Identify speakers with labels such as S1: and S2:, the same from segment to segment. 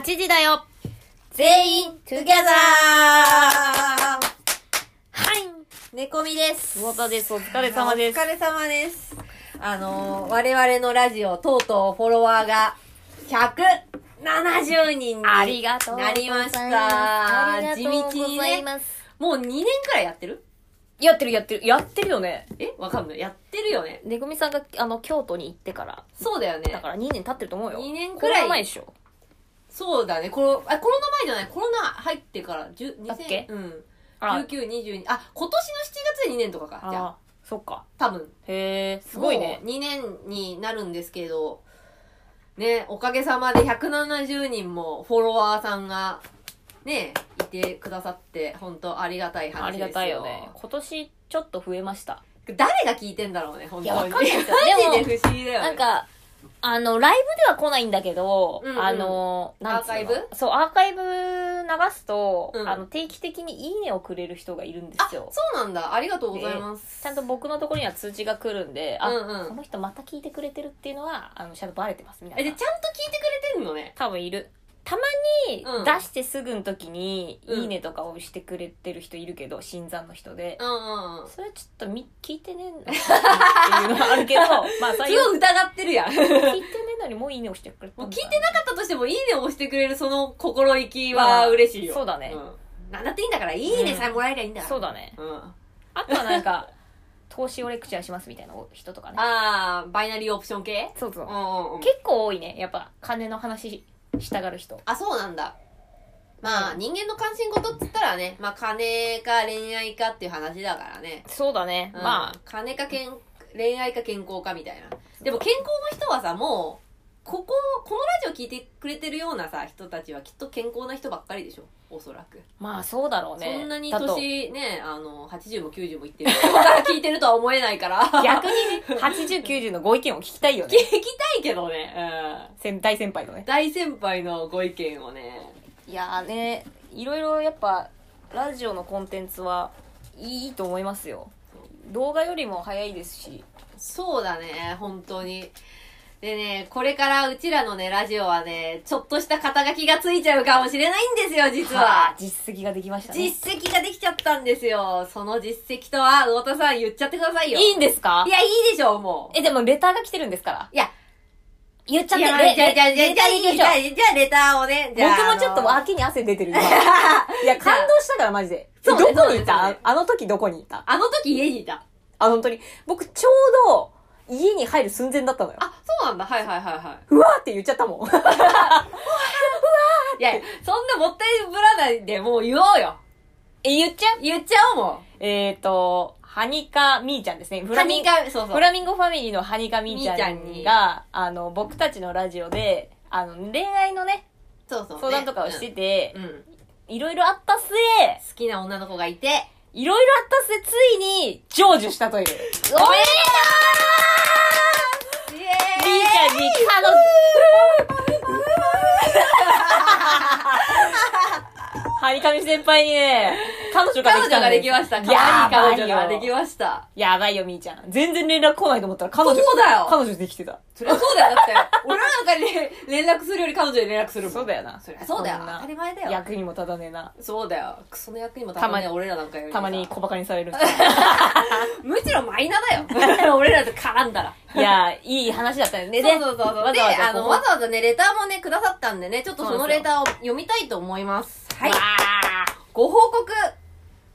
S1: 7時だよ
S2: 全員、トゥギャザー
S1: はい
S2: 猫みです。
S1: 久保田です。お疲れ様です
S2: お。疲れ様です。あのー、我々のラジオ、とうとうフォロワーが170人に
S1: ありがとうござ
S2: ない
S1: ます。
S2: りました。
S1: あり
S2: 地
S1: がとう
S2: 道に
S1: ござい
S2: ね。
S1: ます。
S2: もう2年くらいやってる
S1: やってるやってる。やってるよね。
S2: えわかんない。やってるよね。
S1: ねぐみさんが、あの、京都に行ってから。
S2: そうだよね
S1: だ。から2年経ってると思うよ。
S2: 二年くら
S1: コ
S2: い
S1: ロナ前でしょ。
S2: そうだね。この、あ、コロナ前じゃない。コロナ入ってから、10、2000
S1: だっけ
S2: うん。
S1: あ
S2: 19、22。あ、今年の7月で2年とかか。じゃあ、
S1: あ、そっか。
S2: 多分。
S1: へえ、すごいね。
S2: もう2年になるんですけど、ね、おかげさまで170人もフォロワーさんが、ね、いてくださって、本当ありがたい
S1: あ
S2: 話
S1: り
S2: ですよ。
S1: がたいよね。今年ちょっと増えました。
S2: 誰が聞いてんだろうね、本
S1: いやわ
S2: 当
S1: か
S2: に。
S1: んないですよ
S2: マジで不思議だよね。
S1: なん、か、あの、ライブでは来ないんだけど、
S2: うんうん
S1: あの、なんつうの
S2: アーカイ
S1: そう、アーカイブ流すと、
S2: うん
S1: あの、定期的にいいねをくれる人がいるんで
S2: あ、
S1: すよ。
S2: そうなんだ。ありがとうございます。
S1: ちゃんと僕のところには通知が来るんで、あ、
S2: うんうん
S1: この人また聞いてくれてるっていうのは、あの、ちゃんとバレてます、みた
S2: え、
S1: い
S2: で、
S1: な
S2: ちゃんと聞いてくれてんのね。
S1: 多分いる。たまに
S2: うん
S1: 出してすぐの時に、
S2: うん
S1: いいねとかをしてくれてる人いるけど、新参の人で
S2: う。んうんうん。
S1: それちょっとみ聞いてねえのっていうのはあるけ ど、まあ
S2: す
S1: 最
S2: ご
S1: 後、
S2: い疑ってるやん。も
S1: 聞いてねえのにもういいねをしてくれた
S2: うん聞
S1: だ
S2: いてなかったとしても、いいねを押してくれるその心意気は嬉しいよ。
S1: そうだね
S2: うん。なんだっていいんだから、いいねさえもらえりゃいいんだから。
S1: そうだね。
S2: うん。
S1: あとはなんか、投資をレクチャーしますみたいな人とかね。
S2: ああ、バイナリーオプション系。
S1: そうそううん
S2: うんうん。
S1: 結構多いね。やっぱ、金の話したがる人。
S2: あ、そうなんだ。まあ、
S1: うん
S2: 人間の関心事っつったらね、まあ、金か恋愛かっていう話だからね。
S1: そうだね。
S2: うん
S1: まあ、
S2: 金かけん恋愛か健康かみたいな。でも、健康の人はさ、もう、ここ、このラジオ聞いてくれてるようなさ、人たちはきっと健康な人ばっかりでしょ。おそらく。
S1: まあそうだろうね。
S2: そんなに
S1: だ と
S2: 年ね、あの、80も90もいってる 人から聞いてるとは思えないから。聞
S1: 逆にね、80、90のご意見を聞きたいよね
S2: き。たいけどね。うん。
S1: 先大先輩のね。
S2: 大先輩のご意見をね。
S1: いやーね、いろいろやっぱ、ラジオのコンテンツはいいと思いますよ。動画よりも早いですし。
S2: そうだね、本当に。でね、これからうちらのね、ラジオはね、ちょっとした肩書きがついちゃうかもしれないんですよ、実
S1: はあ
S2: は。
S1: 実績ができましたね。
S2: 実績ができちゃったんですよ。その実績とは、魚田さん言っちゃってくださいよ。
S1: いいんですか
S2: いや、いいでしょう、もう。
S1: え、でもレターが来てるんですから。
S2: いや、
S1: 言っちゃっ
S2: い
S1: て
S2: や
S1: レ
S2: じゃあ、じゃあ、じゃあ、
S1: レ
S2: じ
S1: タ
S2: ゃ
S1: ーに行
S2: あ、
S1: き
S2: じゃ
S1: ましょ
S2: あ、
S1: う
S2: じゃあ、レターをね、じゃあ。
S1: 僕もちょっ
S2: あ
S1: と
S2: の
S1: 脇に汗出て る今。いや、感動したからマジで。
S2: そう
S1: ど
S2: ね
S1: こにい
S2: そうねそう
S1: た
S2: ね
S1: あの時どこにいた
S2: あの時家にいた。
S1: あ、本当に。僕ちょうど家に入る寸前だったのよ。
S2: あ、そうなんだ。はいはいはいは
S1: うわーって言っちゃったもん。
S2: い。いや、そんなもったいぶらないで、もう言おうよ。
S1: え、言っちゃう
S2: 言っちゃおうも
S1: えっ、ー、と、ハニカみーちゃんですね。フ
S2: ん。
S1: ラ
S2: 他
S1: ミン
S2: 人
S1: ゴ、
S2: か、そうそ
S1: フ
S2: う。
S1: ラミンゴファミリーのハニカみーちゃんが、
S2: みーち
S1: あの、僕たちのラジオで、あの、恋愛のね、
S2: そうそう。
S1: 相談とかをしてて
S2: う、ん。うん。
S1: いろいろあった末、
S2: 好きな女の子がいて、
S1: いろいろあった末、ついに、成就したという。
S2: おめでとうイエ
S1: みー
S2: ーイ
S1: ちゃんに彼女、ハニカミ先輩にね、彼女が
S2: 彼
S1: できた
S2: 女
S1: ん
S2: ができました。可愛い彼女ができ
S1: ま
S2: ました。
S1: やばいよ、みーちゃん。全然連絡来ないと思ったら、彼女、
S2: そうだよ
S1: 彼女できてた。
S2: そりゃそうだよ。だって、俺らなんかに連絡するより彼女に連絡するもん。
S1: そうだよな。
S2: そりゃそうだよ。
S1: こんな
S2: 当たり前だよ。
S1: 役にも立たねえな。
S2: そうだよ。クソの役にもたまに俺らなんかより
S1: た
S2: さ
S1: まに小馬鹿にされる。
S2: むしろマイナだ よ。俺らと絡んだら。
S1: いや、いい話だったよね。で
S2: そうそうそうそう。
S1: わ
S2: で、
S1: ざわざ
S2: あの、
S1: ここ
S2: わざわざね、レターもね、くださったんでね、ちょっとそのレターを読みたいと思います。はい
S1: わ。
S2: ご報告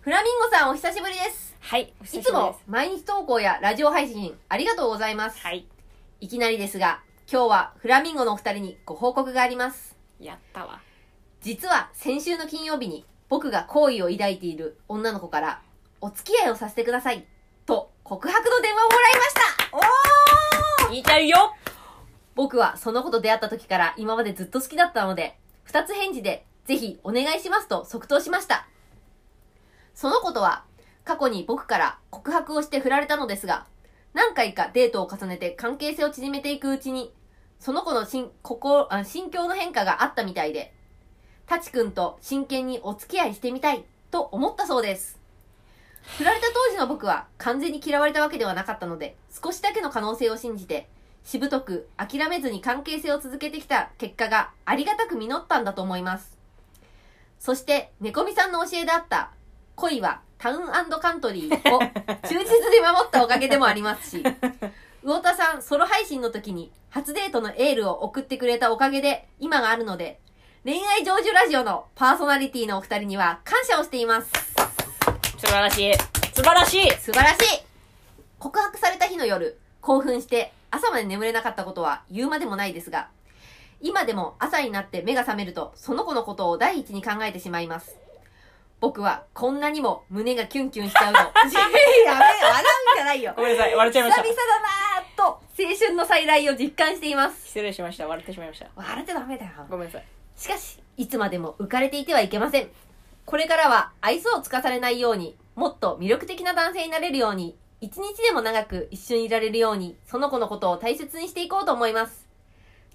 S2: フラミンゴさんお久しぶりです。
S1: はい。お久しぶり
S2: い
S1: で
S2: つ
S1: す
S2: も毎日投稿やラジオ配信ありがとうございます。
S1: はい。
S2: いきなりですが、今日はフラミンゴのお二人にご報告があります。
S1: やったわ。
S2: 実は先週の金曜日に僕が好意を抱いている女の子からお付き合いをさせてくださいと告白の電話をもらいましたおー
S1: 聞いてるよ
S2: 僕はその子と出会った時から今までずっと好きだったので、二つ返事で、ぜひお願いしますと即答しました。その子とは、過去に僕から告白をして振られたのですが、何回かデートを重ねて関係性を縮めていくうちに、その子の心心あ心境の変化があったみたいで、タチ君と真剣にお付き合いしてみたいと思ったそうです。振られた当時の僕は完全に嫌われたわけではなかったので、少しだけの可能性を信じて、しぶとく諦めずに関係性を続けてきた結果がありがたく実ったんだと思います。そして、猫みさんの教えであった、恋はタウンカントリーを忠実に守ったおかげでもありますし、魚田さんソロ配信の時に初デートのエールを送ってくれたおかげで今があるので、恋愛成就ラジオのパーソナリティのお二人には感謝をしています。
S1: 素晴らしい。素晴らしい
S2: 素晴らしい告白された日の夜、興奮して朝まで眠れなかったことは言うまでもないですが、今でも朝になって目が覚めると、その子のことを第一に考えてしまいます。僕はこんなにも胸がキュンキュンし ちゃうの。やべえ、笑うんじゃないよ。
S1: ごめんなさい、割れちゃい
S2: 久
S1: ま
S2: 々
S1: した
S2: だ。なぁと、青春の再来を実感しています。
S1: 失礼しました、割れてしまいました。
S2: 笑っちゃダメだよ。
S1: ごめんなさい。
S2: しかし、いつまでも浮かれていてはいけません。これからは愛想をつかされないように、もっと魅力的な男性になれるように、一日でも長く一緒にいられるように、その子のことを大切にしていこうと思います。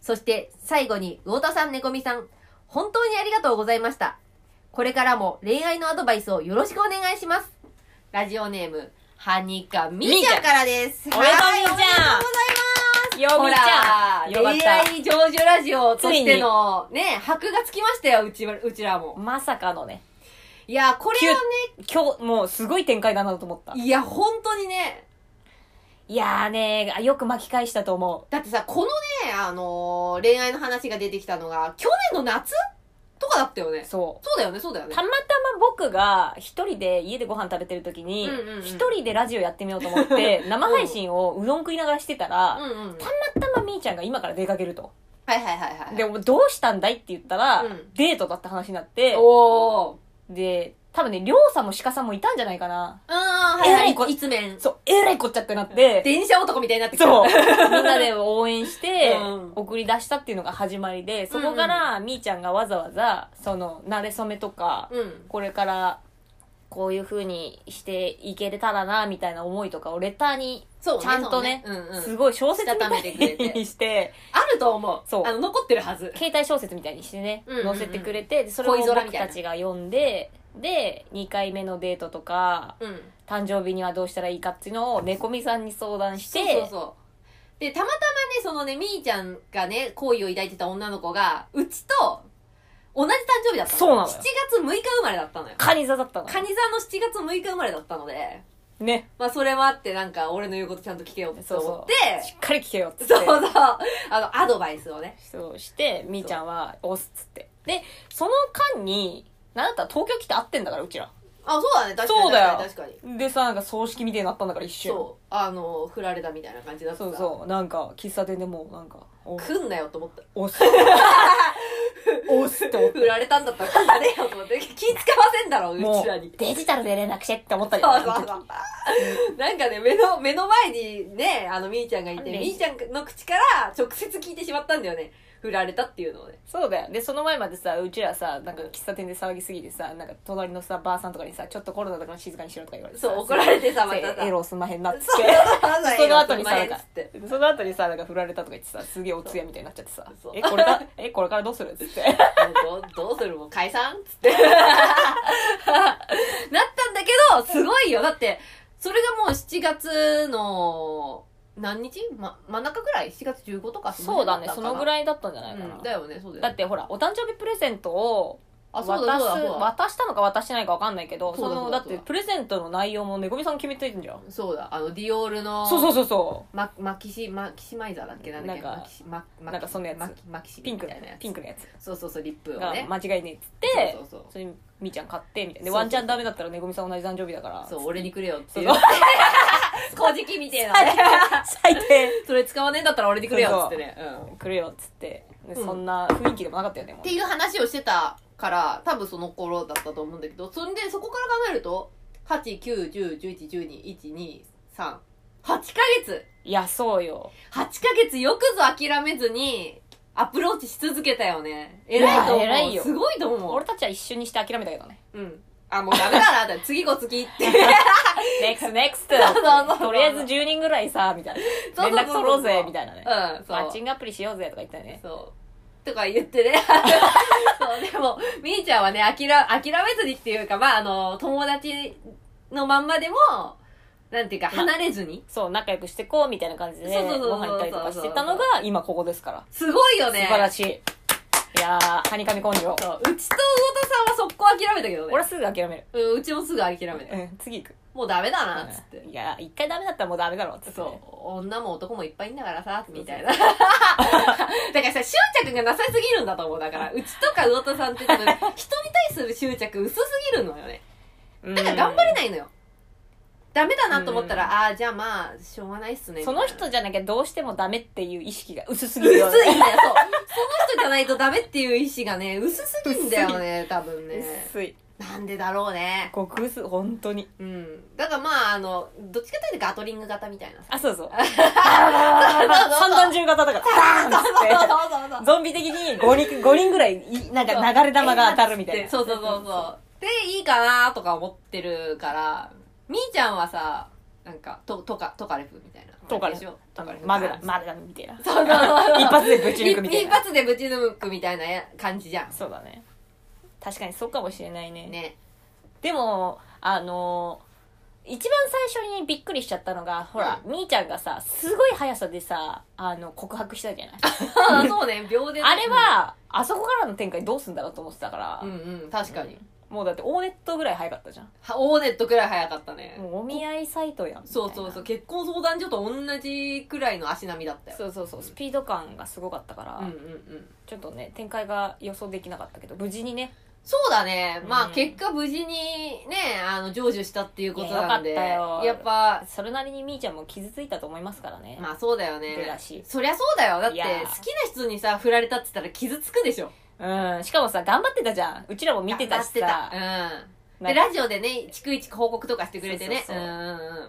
S2: そして、最後に、魚田さん、猫みさん、本当にありがとうございました。これからも恋愛のアドバイスをよろしくお願いします。ラジオネーム、はにかみーちゃんからです。
S1: おめでとう
S2: はい
S1: みーちゃん
S2: おめでとうございます。
S1: よ
S2: ほ
S1: み
S2: ら
S1: ちゃんよかっ
S2: 恋
S1: た。
S2: 愛成就ラジオとしての、ね、箔がつきましたよ、うちは、うちらも。
S1: まさかのね、
S2: いや、これは
S1: 今日、もうすごい展開だなと思った。
S2: ね、いや、本当にね、
S1: いやーねー、よく巻き返したと思
S2: だってさ、このね、あのー恋愛の話が出てきたのが、去年の夏とかだったよ
S1: う。
S2: ね。
S1: そう。
S2: そうだよね、そうだよね
S1: た。またま僕が一人で家でご飯食べてる時に
S2: うんうんうん、
S1: 一人でラジオやってみようと思 って、生配信をうどん食いながらしてたら
S2: うん、うん。
S1: たまたまみーちゃんが今から出かけると。
S2: はいはいはいはい。
S1: で、お前どうしたんだいって言ったら、
S2: うん
S1: デートだって話になって、
S2: おー。う
S1: で、多分ね、りょうさんも鹿さんもいたんじゃないかな。
S2: ーん、はいは
S1: えら
S2: い。
S1: いこ
S2: いつ面。
S1: そう、えらいこっちゃってなって、
S2: 電車男みたいになってきた。
S1: そう、みんなで応援して
S2: うん、
S1: 送り出したっていうのが始まりで、そこからみーちゃんがわざわざ、その、慣れ初めとか、
S2: うん。
S1: これから、こういう風にしていけれたらな、みたいな思いとかをレターに、
S2: そうね。
S1: ちゃんとね
S2: そううんう
S1: す
S2: ん。
S1: ごい小説みた
S2: したためてくれ
S1: い
S2: て
S1: にして、
S2: あると思う。
S1: そう
S2: あの、残ってるはず。
S1: 携帯小説みたいにしてね、
S2: うんうんうん
S1: 載せてくれて、でそれを
S2: 恋空み
S1: 僕
S2: たいな
S1: たちが読んで、で、2回目のデートとか、
S2: うん。
S1: 誕生日にはどうしたらいいかっていうのを猫みさんに相談して、
S2: そうそうそうでたまたまねそのねみーちゃんがね好意を抱いてた女の子がうちと同じ誕生日だったの
S1: そうなのよ
S2: 7月6日生まれだったのよ
S1: カニ座だったの。
S2: カニ座の7月6日生まれだったので
S1: ね。
S2: まあそれもあってなんか俺の言うことちゃんと聞けようと思って
S1: しっかり聞けよっつって。
S2: そうそうあのアドバイスをね
S1: そうして、みーちゃんは押すっつって。で、その間に、なんだったら東京来て会ってんだから、うちら。
S2: あそうだね確かに
S1: そうだよ
S2: 確かに確かに
S1: でさ、なんか葬式みたいになったんだから一瞬。
S2: そうあの振られたみたいな感じだった
S1: そうそうなんか、喫茶店でもう、なんか、お
S2: 来んなよと思った
S1: 押す。 押すって思って
S2: 振られたんだったら来んじゃねえよと思って気使わせんだろう
S1: も
S2: ちらに
S1: う、デジタルで連絡してって思 ったけど
S2: そうそうそう。 なんかね、目の、目の前にね、あの、みーちゃんがいて、
S1: ね
S2: みーちゃんの口から直接聞いてしまったんだよね。振られたっていうのをね。
S1: そうだよ。で、その前までさ、うちらさ、なんか喫茶店で騒ぎすぎてさ、なんか隣のさ、バーさんとかにさ、ちょっとコロナだから静かにしろとか言われてさ
S2: そう、怒られてさ、ま
S1: せ
S2: たさ。
S1: エロすまへんなっつっ
S2: そう
S1: て。その後にさ、なん
S2: エロすまへんっ
S1: か
S2: つって、
S1: その後にさ、なんか振られたとか言ってさ、すげえお通夜みたいになっちゃってさ
S2: そう、
S1: え、これか、え、これからどうするっつって。
S2: どうどうするもう解散っつって。 なったんだけど、すごいよ。だって、それがもう7月の、何日ま、真ん中ぐらい ?7 月15と か
S1: そうだね、そのぐ
S2: い
S1: らいだったんじゃな
S2: だ
S1: い
S2: った
S1: かな
S2: かな。うん、。だよね、そうだよね。
S1: だってほら、お誕生日プレゼントを、
S2: あ、
S1: 渡
S2: そ
S1: す
S2: うだそうだそうだ。
S1: 渡したのか渡してないか分かんないけど
S2: そ
S1: そ
S2: うだ
S1: の
S2: そうだ
S1: だってプレゼントの内容もねこみさん決めてんじゃん
S2: そうだ、あの、ディオールの、
S1: そうそうそうそ
S2: ママキシマキシマイザーだっけなんだっけ
S1: なんか
S2: マキシママキ
S1: なんかそんなやつ
S2: マキマキシ
S1: うピンク
S2: み
S1: の
S2: たいなやつ
S1: ピンクのやつ
S2: そうそうそうリップを
S1: が
S2: ね
S1: 間違いねえっつって
S2: そうそうそう
S1: それにみーちゃん買ってみたいな
S2: そうそう
S1: でワンチャンダメだったらねこみさん同じ誕生日だから
S2: そう俺にくれよって
S1: そ
S2: いうう
S1: そう
S2: 小じきみたいなね
S1: 最低
S2: それ使わねえんだったら俺にくれよっつってねうんっ
S1: くれよっつってで
S2: うん
S1: そんな雰囲気でもなかったよねもう
S2: ていう話をしてたから多分その頃だったと思うんだけどそんでそこから考えると8 9 1 0 1 1 1 2 1 2 3 8ヶ月
S1: いやそうよ
S2: 8ヶ月よくぞ諦めずにアプローチし続けたよね偉いと思う
S1: いや偉いよ
S2: すごいと思う
S1: 俺たちは一瞬にして諦めたけどね
S2: うん。あ、もうダメだなって、次こ次 って。
S1: NEXT NEXT
S2: そうそうそう
S1: とりあえず10人ぐらいさみたいな
S2: そうそうそうそう
S1: 連絡取ろうぜみたいなね
S2: うん、そ
S1: マッ
S2: う
S1: チ。ングアプリしようぜとか言ったよね
S2: そう。とか言ってね。 そう、でも、みーちゃんはね、諦諦めずにっていうか、まあ、あの、友達のまんまでも、なんていうか、
S1: うん
S2: 離れずに。
S1: そう仲良くしてこうみたいな感じで
S2: そうそうそうそ
S1: ご
S2: う
S1: 飯行ったりとかしてたのが今ここですから
S2: すごいよ
S1: 素
S2: ね。
S1: 晴ら
S2: い。
S1: しいいやーはにかみ根性
S2: そう。うちと魚田さんは速攻諦めたけどね。
S1: 俺はすぐ諦める
S2: うんうちもすぐ諦めた。
S1: うん次行く
S2: もうダメだな、つって。
S1: いや一回ダメだったらもうダメだろっつってね
S2: そう。女も男もいっぱいいんだからさ、みたい な。だからさ、執着がなさすぎるんだと思う。だから、うちとか魚田さんって、ちょっと人に対する執着薄すぎるのよね。
S1: うん
S2: だから頑張れないのよ。ダメだなと思ったら、ああー、じゃあまあ、しょうがないっすね。
S1: その
S2: みたいな
S1: 人じゃなきゃどうしてもダメっていう意識が薄すぎ
S2: 薄
S1: る
S2: いんだ
S1: よ
S2: よ、
S1: ね
S2: そう。その人じゃないとダメっていう意志がね、薄すぎんだよね、多分ね。
S1: 薄い
S2: なんでだろうね。
S1: 極薄本当に
S2: うん。だからまあ、あの、どっちかというとガトリング型みたいな さ。
S1: あそう そう三段銃型だからバーンっつって
S2: そうそう。
S1: ゾンビ的に5人 ,5 人ぐらいいなんか流れ弾が当たるみたいな
S2: そうそうそうそう。で、いいかなとか思ってるから、みーちゃんはさ、なんか、と、とか、トカレフみたいな。
S1: トカレ
S2: で
S1: フ
S2: しょトカレフ。
S1: マグダマグダムみたいな
S2: そうそうそうそう。
S1: 一発でぶち抜くみたい
S2: 一
S1: な
S2: 発でぶち抜くみたいなや感じじゃん。
S1: そうだね確かにそうかもしれないね
S2: ね。
S1: でもあの一番最初にびっくりしちゃったのがほら、みーちゃんがさすごい速さでさあの告白したじゃない
S2: ああ、そうね、秒でね。
S1: あれは、あそこからの展開どうすんだろうと思ってたから、
S2: うんうん、確かに。
S1: もうだってオーネットぐらい早かったじゃん。
S2: はオーネットくらい早かったね。
S1: もうお見合いサイトやんみたい
S2: そ
S1: な。
S2: うそうそう。結婚相談所と同じくらいの足並みだったよ。
S1: そうそうそうスピード感がすごかったから、
S2: うんうんうん。
S1: ちょっとね展開が予想できなかったけど無事にね
S2: そうだね。まあ
S1: うん
S2: 結果無事にね、あの、成就したっていうことなんで。
S1: いやよかったよ
S2: やっぱ、
S1: それなりにみーちゃんも傷ついたと思いますからね、
S2: まあそうだよ
S1: 出
S2: ね
S1: だし。
S2: そりゃそうだよ。だって
S1: い
S2: 好き
S1: や
S2: な
S1: ー
S2: 人にさ、振られたって言ったら傷つくでしょ。
S1: うんしかもさ頑張ってたじゃんうちらも見てたし
S2: 頑張
S1: さ
S2: ってた。うん。
S1: な
S2: で、
S1: んか
S2: ラジオでね、逐一報告とかしてくれてね。う
S1: そうそうそうん
S2: うんうん。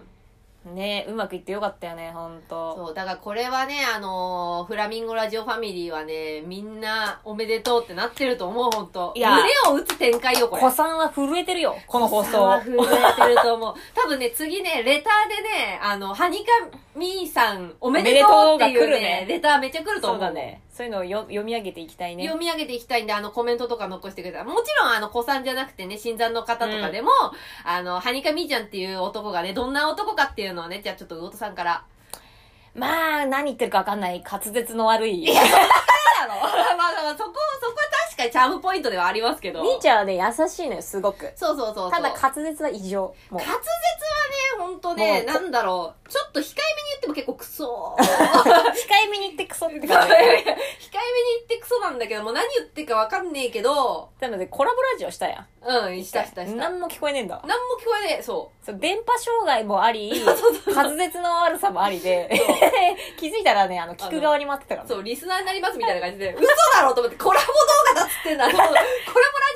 S1: ねうまくいってよかったよね本当
S2: そう、だからこれはね、あのーフラミンゴラジオファミリーはね、みんなおめでとうってなってると思う、ほんと。
S1: いや
S2: 胸を打つ展開よ、これ。
S1: 子さんは震えてるよこの放
S2: さんは
S1: 送
S2: 震えてると思う。多分ね、次ね、レターでね、あの、はにかみさん、おめでとうっていう
S1: おめでとうが来る
S2: ね
S1: ね、
S2: レターめっちゃ来る
S1: そ
S2: と
S1: う
S2: 思う。
S1: だねそういうのをよ読み上げていきたいね
S2: 読み上げていきたいんで、あの、コメントとか残してください。もちろん、あの、子さんじゃなくてね、新参の方とかでも、あの、はにかみちゃんっていう男がね、どんな男かっていうのをね、じゃあちょっと、魚田さんから。
S1: まあ何言ってるか分かんない滑舌の悪い
S2: だろ まあまあ、そこ、そこは確かにチャームポイントではありますけど。
S1: みーちゃんはね優しいのよすごく
S2: そうそうそうそう。
S1: ただ
S2: 滑
S1: 滑舌は異常もう
S2: 舌はね、ほんとね、
S1: もう
S2: なんだろう。ちょっと控えめに言っても結構ク ソ。
S1: 控えめに言ってクソって
S2: 控
S1: 感
S2: え
S1: じ
S2: め に言ってクソなんだけど、もう何言ってるかわかんねえけど、
S1: なのでコラボラジオしたや
S2: うん、
S1: ん
S2: したしたした。なん
S1: 何
S2: も
S1: も聞こえねえんだわ
S2: 聞こえねえ、そ
S1: そう電波障害もあ り滑舌の悪さもありで気づいたらねあの聞く側に回ってたか
S2: う。
S1: ら
S2: そ
S1: ね
S2: う、リスナーになりますみたいな感じで、嘘だろと思って、コラボ動画だっつってん だろ、コラボラジ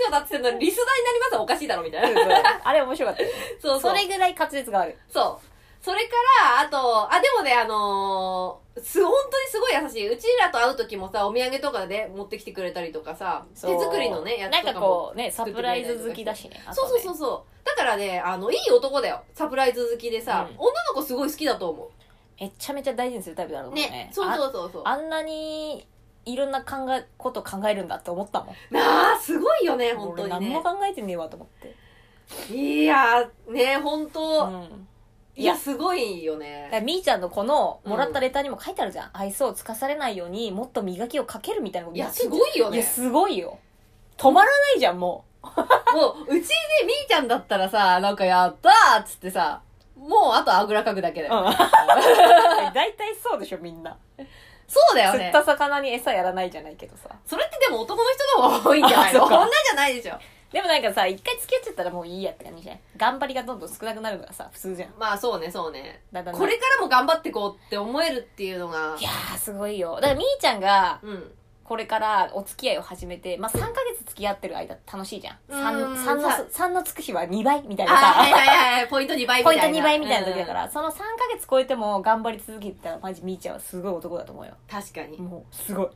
S2: オだっつってんのに、リスナーになりますはおかしいだろみたいな。
S1: そうそうあれ面白かったよ
S2: そうそ。
S1: そうれぐらい滑舌が悪い
S2: そう。それから、あと、あ、でもね、あのーす、本当にすごい優しい。うちらと会う時もさ、お土産とかで持ってきてくれたりとかさ、手
S1: そう
S2: 作りのね、やつ
S1: な
S2: と
S1: ん
S2: かも。
S1: かこうねサプライズ好きだしね
S2: そうそうそううそう。だからね、あの、いい男だよ。サプライズ好きでさ、
S1: うん
S2: 女の子すごい好きだと思
S1: めちゃめちゃ大事にするタイプだろう
S2: う。
S1: ね
S2: ね。そうそうそうそう。
S1: ああんなにいろんな考えこと考えるんだって思ったもん
S2: なあ、すごいよね、本
S1: 俺
S2: 当に
S1: 何
S2: ね
S1: も。考えてねえわと思って
S2: いやー、ね、本当、
S1: うん
S2: いや、すごいよ
S1: だから
S2: ね。
S1: みーちゃんのこのもらったレターにも書いてあるじゃん、愛想をつかされないようにもっと磨きをかけるみたいなこと
S2: いや、す
S1: い
S2: ごいよ
S1: いや
S2: ね。
S1: すごいよ止まらないじゃんも
S2: もう、うちでみーちゃんだったらさ、なんかやったーっつってさ、もうあとあぐらかくだけだ
S1: う、
S2: よ。
S1: 大体そうでしょみんな、
S2: そうだよ
S1: 釣っ
S2: ね。
S1: た魚に餌やらないじゃないけどさ
S2: それってでも男の人の方が多いんじゃない
S1: あ
S2: の
S1: そっか
S2: 女じゃないでしょ。
S1: でもなんかさ一回付き合っちゃったらもういいやって感じじゃん頑張りがどんどん少なくなるのがさ普通じゃん
S2: まあそうね、そうね。
S1: だんだんね
S2: これからも頑張ってこうって思えるっていうのが
S1: い、やーすごいよだからみーちゃんが
S2: うん。
S1: これからお付き合いを始めて、まあ、3ヶ月付き合ってる間楽しいじゃん
S2: うん
S1: 3, の
S2: さ
S1: 3のつく日は2倍みたい
S2: あ
S1: なさ
S2: はいはいはいはい、ポイント2倍み
S1: ポ
S2: た
S1: イ
S2: い
S1: ン
S2: な。
S1: ト2倍みたいな時だから、その3ヶ月超えても頑張り続けてたらマジみーちゃんはすごい男だと思うよ
S2: うん。確かに。3
S1: もうすごい
S2: ヶ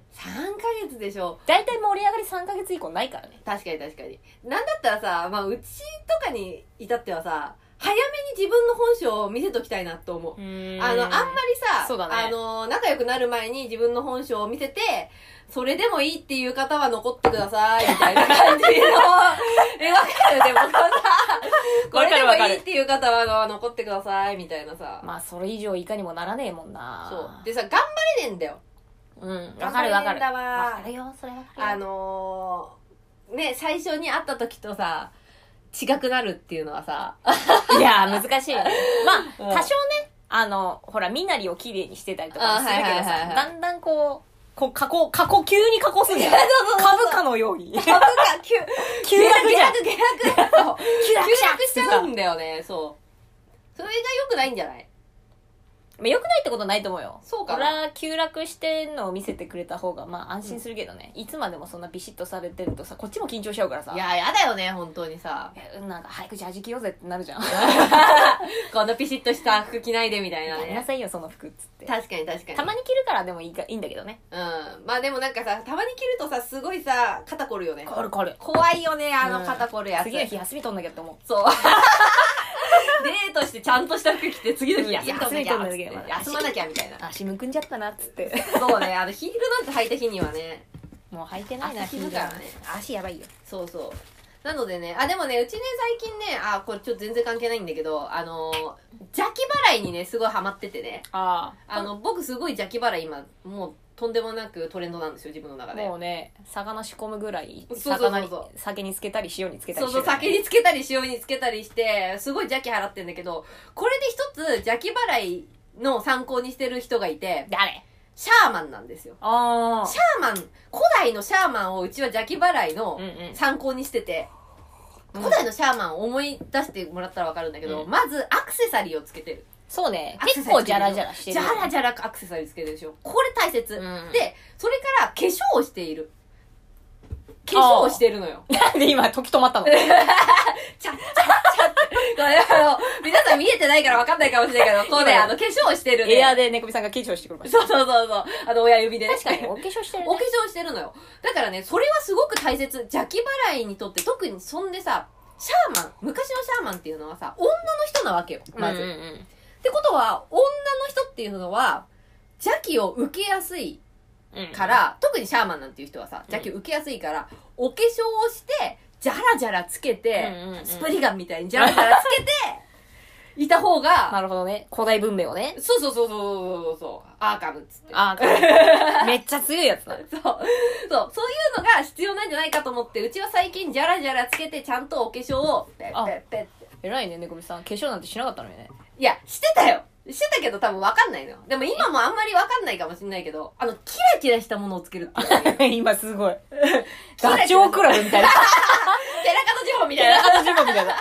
S2: 月でしょ。
S1: 大体盛り上がり3ヶ月以降ないからね
S2: 確かに確かに。なんだったらさ、まあうちとかに至ってはさ、早めに自分の本性を見せときたいなと思う。あの、あんまりさ、
S1: そうだね
S2: あの、仲良くなる前に自分の本性を見せて、それでもいいっていう方は残ってください、みたいな感 じの。え、わかるでもさ、これでもいいっていう方は残ってください、みたいなさ。
S1: まあそれ以上いかにもならねえもんな
S2: そう。でさ、頑張れねえんだよ。
S1: うんわかるわかる
S2: 頑張れんだわ
S1: わかるよそれわか
S2: あ
S1: るよ
S2: のー、ね、最初に会った時とさ、違くなるっていうのはさ、
S1: いやー難しいよねま
S2: うん
S1: あ多少ねあのほら身なりを綺麗にしてたりとかもするけど
S2: あはいはいはいは
S1: さ
S2: い
S1: だんだんこうこう加工加工急に加工するんだよ株価のように急
S2: 株価 急、急落
S1: 落
S2: じ
S1: じ
S2: ゃ
S1: ゃん
S2: ん急落、急落。そう
S1: 急落
S2: 急落し
S1: し
S2: ち
S1: ち
S2: ゃ
S1: ゃ
S2: う
S1: うん
S2: だよね、そう。それが良くないんじゃない
S1: まあ良くないってことないと思うよ
S2: そうか
S1: 俺
S2: な
S1: は急落してんのを見せてくれた方がまあ安心するけどね、いつまでもそんなビシッとされてるとさこっちも緊張しちゃうからさ
S2: いや、やだよね、本当に さ。
S1: えなんか早くじゃあ弾きようぜってなるじゃん
S2: こんなピシッとした服着ないでみたい
S1: や
S2: な
S1: りな
S2: ね。
S1: さいよその服っつって
S2: 確かに確かに。
S1: たまに着るからでもいいかいいんだけどね
S2: うん。まあでもなんかさ、たまに着るとさ、すごいさ、肩こるよね。
S1: こるこる
S2: 怖いよね、あ
S1: う
S2: の
S1: ん
S2: 肩こるやつ。
S1: 次の日休み取んなきゃって思う
S2: そう。 デートしてちゃんとした服着て次の日休み取んなきゃ
S1: 休み取んなきゃ
S2: 休まなきゃみたいな。
S1: 足むくんじゃったなっつって
S2: そうね、あのヒールなんて履いた日にはね。
S1: もう履いてないな
S2: 足引くから
S1: ヒ
S2: ね
S1: ール足やばいよ
S2: そうそう。なのでね、あ、でもね、うちね、最近ね、あ、これちょっと全然関係ないんだけど、あのー、邪気払いにね、すごいハマっててね。
S1: あ
S2: あの、僕すごい邪気払い今、もうとんでもなくトレンドなんですよ、自分の中で。
S1: もうね魚仕込むぐらい
S2: そうそうそうそう
S1: 魚に酒につけたり塩につけたり
S2: そう
S1: して
S2: そう、
S1: るよね
S2: 酒につけたり塩につけたりして、すごい邪気払ってんだけど、これで一つ邪気払いの参考にしてる人がいて、
S1: 誰
S2: シャーマンなんですよ。
S1: あ
S2: シャーマン、古代のシャーマンをうちは邪気払いの
S1: うんうん
S2: 参考にしてて、
S1: うん
S2: 古代のシャーマンを思い出してもらったらわかるんだけど、
S1: うん
S2: まずアクセサリーをつけてる。
S1: そうね
S2: アクセ
S1: 結
S2: サリー
S1: 構ジャラジャラしてる
S2: じゃらじゃらアクセサリーつけてるでしょ。これ大切。
S1: うん
S2: で、それから化粧をしている。化粧をしてるのよ。
S1: なんで今時止まった の
S2: ちゃちゃちゃって。これ あの、皆さん見えてないから分かんないかもしれないけど、こうね、
S1: 今
S2: あの、化粧をしてるね。
S1: エアで猫みさんが化粧してくるから
S2: そうそうそうそう。あの、親指でね。
S1: 確かにお化粧してる
S2: お化
S1: ね
S2: 粧してるのよ。だからね、それはすごく大切。邪気払いにとって、特にそんでさ、シャーマン、昔のシャーマンっていうのはさ、女の人なわけよ、ま
S1: う
S2: ず。
S1: んう
S2: っ
S1: んうん
S2: てことは、女の人っていうのは、邪気を受けやすい
S1: うん
S2: から、特にシャーマンなんていう人はさ、邪気を受けやすいから、お化粧をして、じゃらじゃらつけて、
S1: うんうんうん
S2: スプリガンみたいにじゃらじゃらつけて、いた 方が、
S1: なるほどね古代文明をね
S2: そうそうそうそうそうそう、アーカムっつって。
S1: あめっちゃ強いやつだ
S2: そう。そう。そういうのが必要なんじゃないかと思って、うちは最近じゃらじゃらつけて、ちゃんとお化粧を、ペッ
S1: あ
S2: ペッペッって。
S1: 偉いね猫みさん化粧なんてしなかったのよね
S2: いや、してたよしてたけど多分わかんないのよ。でも今もあんまりわかんないかもしんないけど、あの、 キラキラしたものをつけるっていう。
S1: 今すごい。ダチョウ倶楽部みたい な。
S2: 寺門地方みたいな
S1: 寺。門ジモみたいな。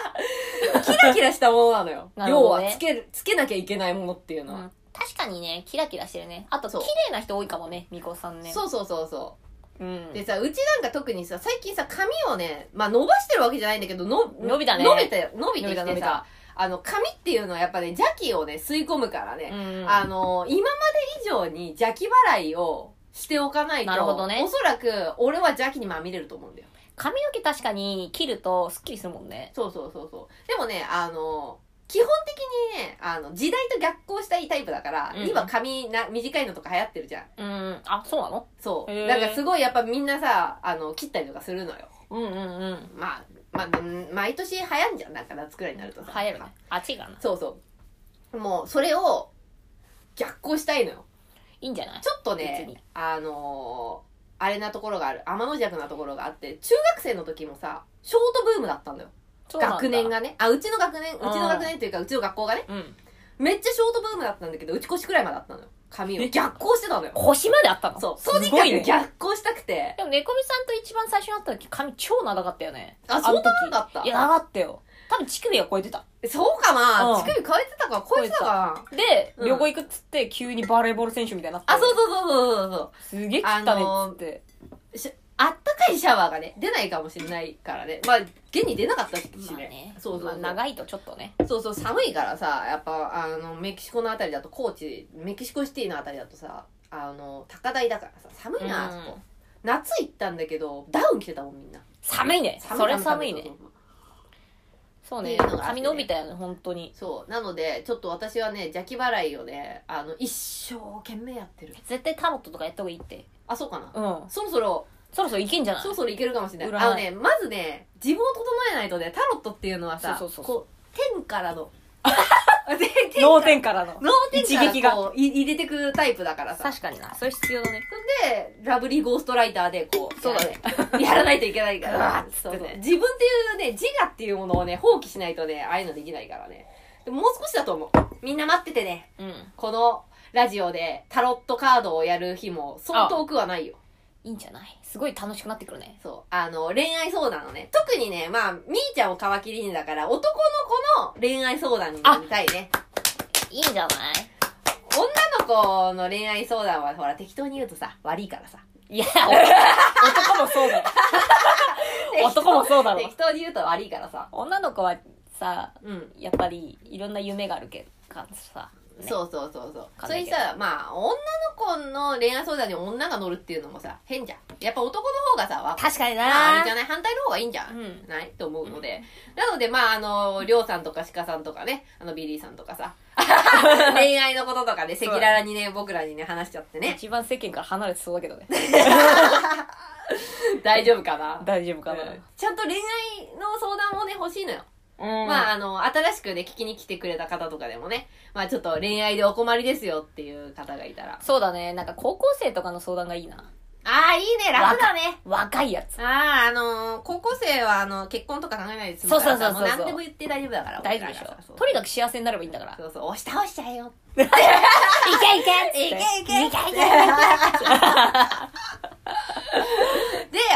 S2: キラキラした ものなのよ。
S1: なる
S2: 要
S1: ほど
S2: は
S1: ね
S2: つける、つけなきゃいけないものっていうのは。
S1: 確かにね、キラキラしてるね。あと、
S2: そう
S1: 綺麗な人多いかもね、みこさんね。。
S2: そうそうそうそうう。
S1: ん。
S2: でさ、うちなんか特にさ、最近さ、髪をね、まあ伸ばしてるわけじゃないんだけど、の
S1: 伸びたね
S2: 伸びたよ。伸びて
S1: 伸び
S2: き
S1: た伸
S2: て
S1: び
S2: さ
S1: た、
S2: あの、髪っていうのはやっぱね、邪気をね、吸い込むからね。
S1: うん
S2: あの、今まで以上に邪気払いをしておかないと、
S1: なるほどね
S2: おそらく俺は邪気にまみれると思うんだよ。
S1: 髪の毛確かに切るとスッキリするもんね。
S2: そうそうそうそう。でもね、あの、基本的にね、あの、時代と逆行したいタイプだから、
S1: うん
S2: 今髪な短いのとか流行ってるじゃん。
S1: うん。あ、そうなの
S2: そう。
S1: へー
S2: なんかすごいやっぱみんなさ、あの、切ったりとかするのよ。
S1: うんうんうん。
S2: まあ、まあ、うん毎年流行んじゃん。なんか夏くらいになるとさ。
S1: 流行るね。あっちがな。
S2: そうそう。もう、それを逆行したいのよ。
S1: いいんじゃない
S2: ちょっと
S1: 別
S2: ね
S1: に、
S2: あのーあれなところがある。天の弱なところがあって、中学生の時もさ、ショートブームだったんだよ。
S1: そうなんだ
S2: 学年。がね。あ、うちの学年、うちの
S1: あー
S2: 学年というか、うちの学校がね、
S1: うん。
S2: めっちゃショートブームだったんだけど、うち腰くらいまであったのよ。髪を
S1: え
S2: 逆行してたのよ。
S1: 腰まであったの
S2: そう。
S1: す
S2: とにか
S1: ごい
S2: く
S1: ね。
S2: 逆行したくて。
S1: でも、猫みさんと一番最初に会った時、髪超長かったよね。
S2: あ
S1: の時
S2: そんな長かった
S1: いや、長かったよ。多分、乳首が超えてた。
S2: そうかな、
S1: うん
S2: 乳首超えてたか超えてたかな
S1: で、
S2: うん
S1: 旅行行くっつって、急にバレーボール選手みたいになって。
S2: あ、そうそうそうそうそう
S1: すげえ汚ねっつって。
S2: そうし。あったかいシャワーがね、出ないかもしれないからね。まあ、現に出なかったしね。そうそうそう、
S1: まあ長いとちょっとね。
S2: そうそう、寒いからさ、やっぱ、あの、メキシコのあたりだと、高知、メキシコシティのあたりだとさ、あの、高台だからさ、寒いな、あそこ。
S1: うん
S2: 夏行ったんだけど、ダウン着てたもん、みんな。
S1: 寒いね。
S2: 寒い
S1: それ寒いね。。そうね
S2: っていうのがあって
S1: 髪伸びたよね本当に
S2: そうなのでちょっと私はね邪気払いをねあの一生懸命やってる
S1: 絶対タロットとかやった方がいいって
S2: あそうかな、
S1: うん
S2: そろそろ
S1: そろそろいけんじゃない
S2: そろそろいけるかもしれない
S1: 占い
S2: あのねまずね自分を整えないとねタロットっていうのはさ
S1: そうそうそう
S2: こう天から の天天
S1: 脳天からの
S2: 脳天から
S1: 一撃が
S2: こうい入れてくタイプだからさ
S1: 確かになそれ必要だね
S2: でラブリーゴーストライターでこう
S1: そうだね
S2: やら ないといけないから
S1: うわーっつ
S2: そ
S1: っ
S2: う
S1: てね
S2: そう自分っていうね自我っていうものをね放棄しないとねああいうのできないからねでももう少しだと思うみんな待っててね
S1: うん
S2: このラジオでタロットカードをやる日もそう遠くはないよ
S1: いいんじゃないすごい楽しくなってくるね
S2: そうあの恋愛相談のね特にねまあみーちゃんを皮切りにだから男の子の恋愛相談になりたいね
S1: いいんじゃな
S2: 女の子の恋愛相談はほら適当に言うとさ悪いからさ
S1: いい や男男もそう だよ男もそうだろ
S2: 適当に言うと悪いからさ
S1: 女の子はさ
S2: うん
S1: やっぱりいろんな夢があるけどかさ、ね
S2: そうそうそうそう
S1: かん
S2: そ
S1: な
S2: れ
S1: い
S2: に
S1: けど
S2: さまあ女の子の恋愛相談に女が乗るっていうのもさ変じゃんやっぱ男の方がさわ
S1: 確かに
S2: あ
S1: な
S2: れじゃない反対の方がいいんじゃん、
S1: うん
S2: ないと思うので、なのでまああのりょうさんとかしかさんとかねあのビリーさんとか さ恋愛のこととかね赤
S1: そう
S2: 裸々にね僕らにね話しちゃっ てね
S1: 一番世間から離れてそうだけ どね
S2: 大丈夫かな
S1: 大丈夫か
S2: うんちゃんと恋愛の相談もね欲しいのよ、
S1: な、うん、
S2: まあ
S1: まあ
S2: あの新しくね聞きに来てくれた方とかでもねまあちょっと恋愛でお困りですよっていう方がいたら
S1: そうだねなんか高校生とかの相談がいいな
S2: ああ、いいね、楽だね。
S1: 若いやつ
S2: ああ、あのー高校生は、あの、結婚とか考えないです
S1: そうそうそうそう
S2: 何でも言って大丈夫だから。
S1: 大丈夫でし
S2: 俺らがさ
S1: ょとにかく幸せになればいいんだから
S2: そうそう、押し倒しちゃえよ。
S1: いけいけ
S2: いけいけ
S1: いけいけ
S2: で、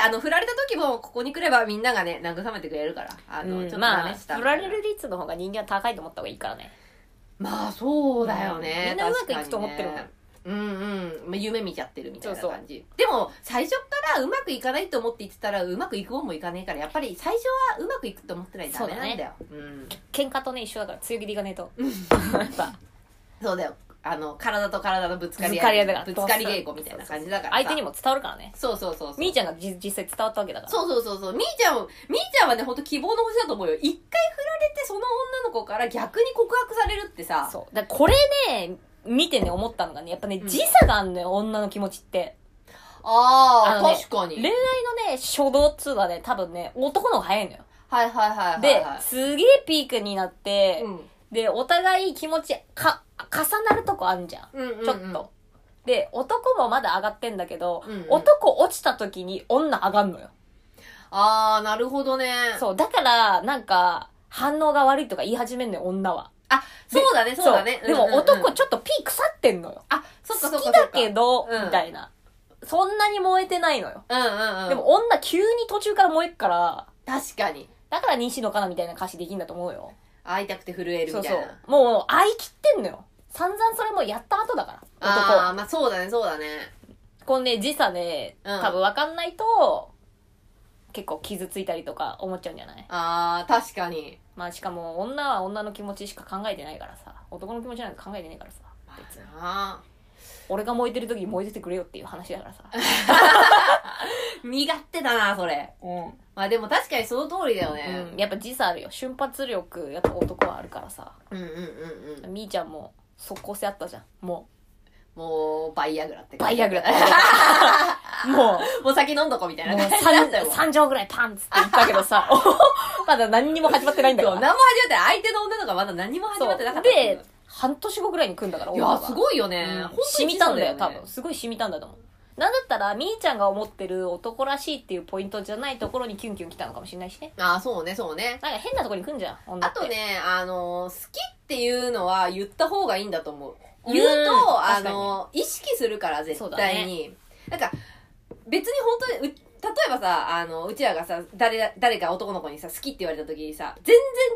S2: あの、振られた時も、ここに来ればみんながね、慰めてくれるから。あの、ちょっと
S1: ま
S2: ダ
S1: あ
S2: メした。
S1: 振られる率の方が人間は高いと思った方がいいからね
S2: まあ、そうだよね。
S1: みんなうまく
S2: 確かにね
S1: いくと思ってるもん
S2: うんうん。まあ夢見ちゃってるみたいな
S1: そうそう
S2: 感じ。でも、最初からうまくいかないと思って言ってたら、うまくいく方もいかねえから、やっぱり最初はうまくいくと思ってないとダメなんだよ。うん。
S1: 喧嘩とね一緒だから強気でいかねえとやっぱ
S2: そうだよ。あの、体と体のぶつかり
S1: ぶつかり合いだから
S2: ぶつかり稽古みたいな感じだからさ。
S1: 相手にも伝わるからね
S2: そうそうそうそう。
S1: みーちゃんがじ実際伝わったわけだから
S2: そうそうそうそう。みーちゃん、みーちゃんはね、ほんと希望の星だと思うよ。一回振られて、その女の子から逆に告白されるってさ。
S1: そうだからこれね見てね思ったのがねやっぱね、
S2: うん
S1: 時差があんのよ女の気持ちって
S2: あ
S1: あ
S2: あ、
S1: のね
S2: 確かに。
S1: 恋愛のね初動っつうのはね多分ね男の方が早いのよ
S2: はいはいはいはい。
S1: で、
S2: は
S1: すげえピークになっ
S2: い
S1: て、
S2: うん
S1: でお互い気持ちか重なるとこあんじゃん
S2: うんうんうん
S1: ちょっと、。で男もまだ上がってんだけど、
S2: うんうん
S1: 男落ちた時に女上がんのよ
S2: ああ、なるほどね。
S1: そうだからなんか反応が悪いとか言い始めんのよ女は
S2: あ、そうだね、そうだね。
S1: でも
S2: うんうんうん
S1: 男、ちょっとピー腐ってんのよ
S2: あ、そっかそっかそ
S1: 好
S2: っ
S1: き
S2: か。
S1: だけど、
S2: うん
S1: みたいなそんなに燃えてないのよ、
S2: うんうんうん。
S1: で、も女急に途中から燃えっから
S2: 確かに。
S1: だから西野カナみたいな歌詞できんだと思うよ
S2: 会いたくて震える
S1: そう
S2: みた
S1: そ
S2: いな。
S1: うもう会い切ってんのよ散々それもやった後だから男
S2: あ
S1: は
S2: あ、まあそうだね、そうだね。
S1: このね時差ね
S2: うん
S1: 多分分かんないと、結構傷ついたりとか思っちゃうんじゃない
S2: ああ、確かに。
S1: まあしかも女は女の気持ちしか考えてないからさ男の気持ちなんて考えてないからさ別に
S2: あ
S1: 俺が燃えてる時に燃えててくれよっていう話だからさ、
S2: ー身勝手だな、それ。
S1: う
S2: まあでも確かにその通りだよね。
S1: ん、やっぱ時差あるよ瞬発力やっぱ男はあるからさ
S2: うん、うん、うんうんうん
S1: みーちゃんも即効性あったじゃんも
S2: もう、バイアグラって
S1: う
S2: 感
S1: バ
S2: じ
S1: イアグラもう
S2: もう先飲んどこみたいな
S1: もう
S2: 感じだった
S1: 3,
S2: よ。もう
S1: 3畳ぐらいパンっつって言ったけどさ まだ何にも始まってないんだか
S2: そう、
S1: ら
S2: 何も始まってない。相手の女の子がまだ何も始まってなかった。
S1: で、半年後ぐらいに組んだから
S2: いや、すごいよね。
S1: うん
S2: 本当に
S1: 染みたんだよ
S2: ね
S1: 多分。すごい染みたんだと思うなんだったらみーちゃんが思ってる男らしいっていうポイントじゃないところにキュンキュン来たのかもしれないしね
S2: ああ、そうね、そうね。
S1: なんか変なところに来んじゃん女
S2: あ
S1: って
S2: とね、あの、好きっていうのは言った方がいいんだと思う。
S1: うん
S2: 言うと、あ
S1: 確かに
S2: の、意識するから、絶
S1: そうだ
S2: 対に。なんか、別に本当に、う例えばさ、あの、うちらがさ、誰、誰か男の子にさ、好きって言われた時にさ、全然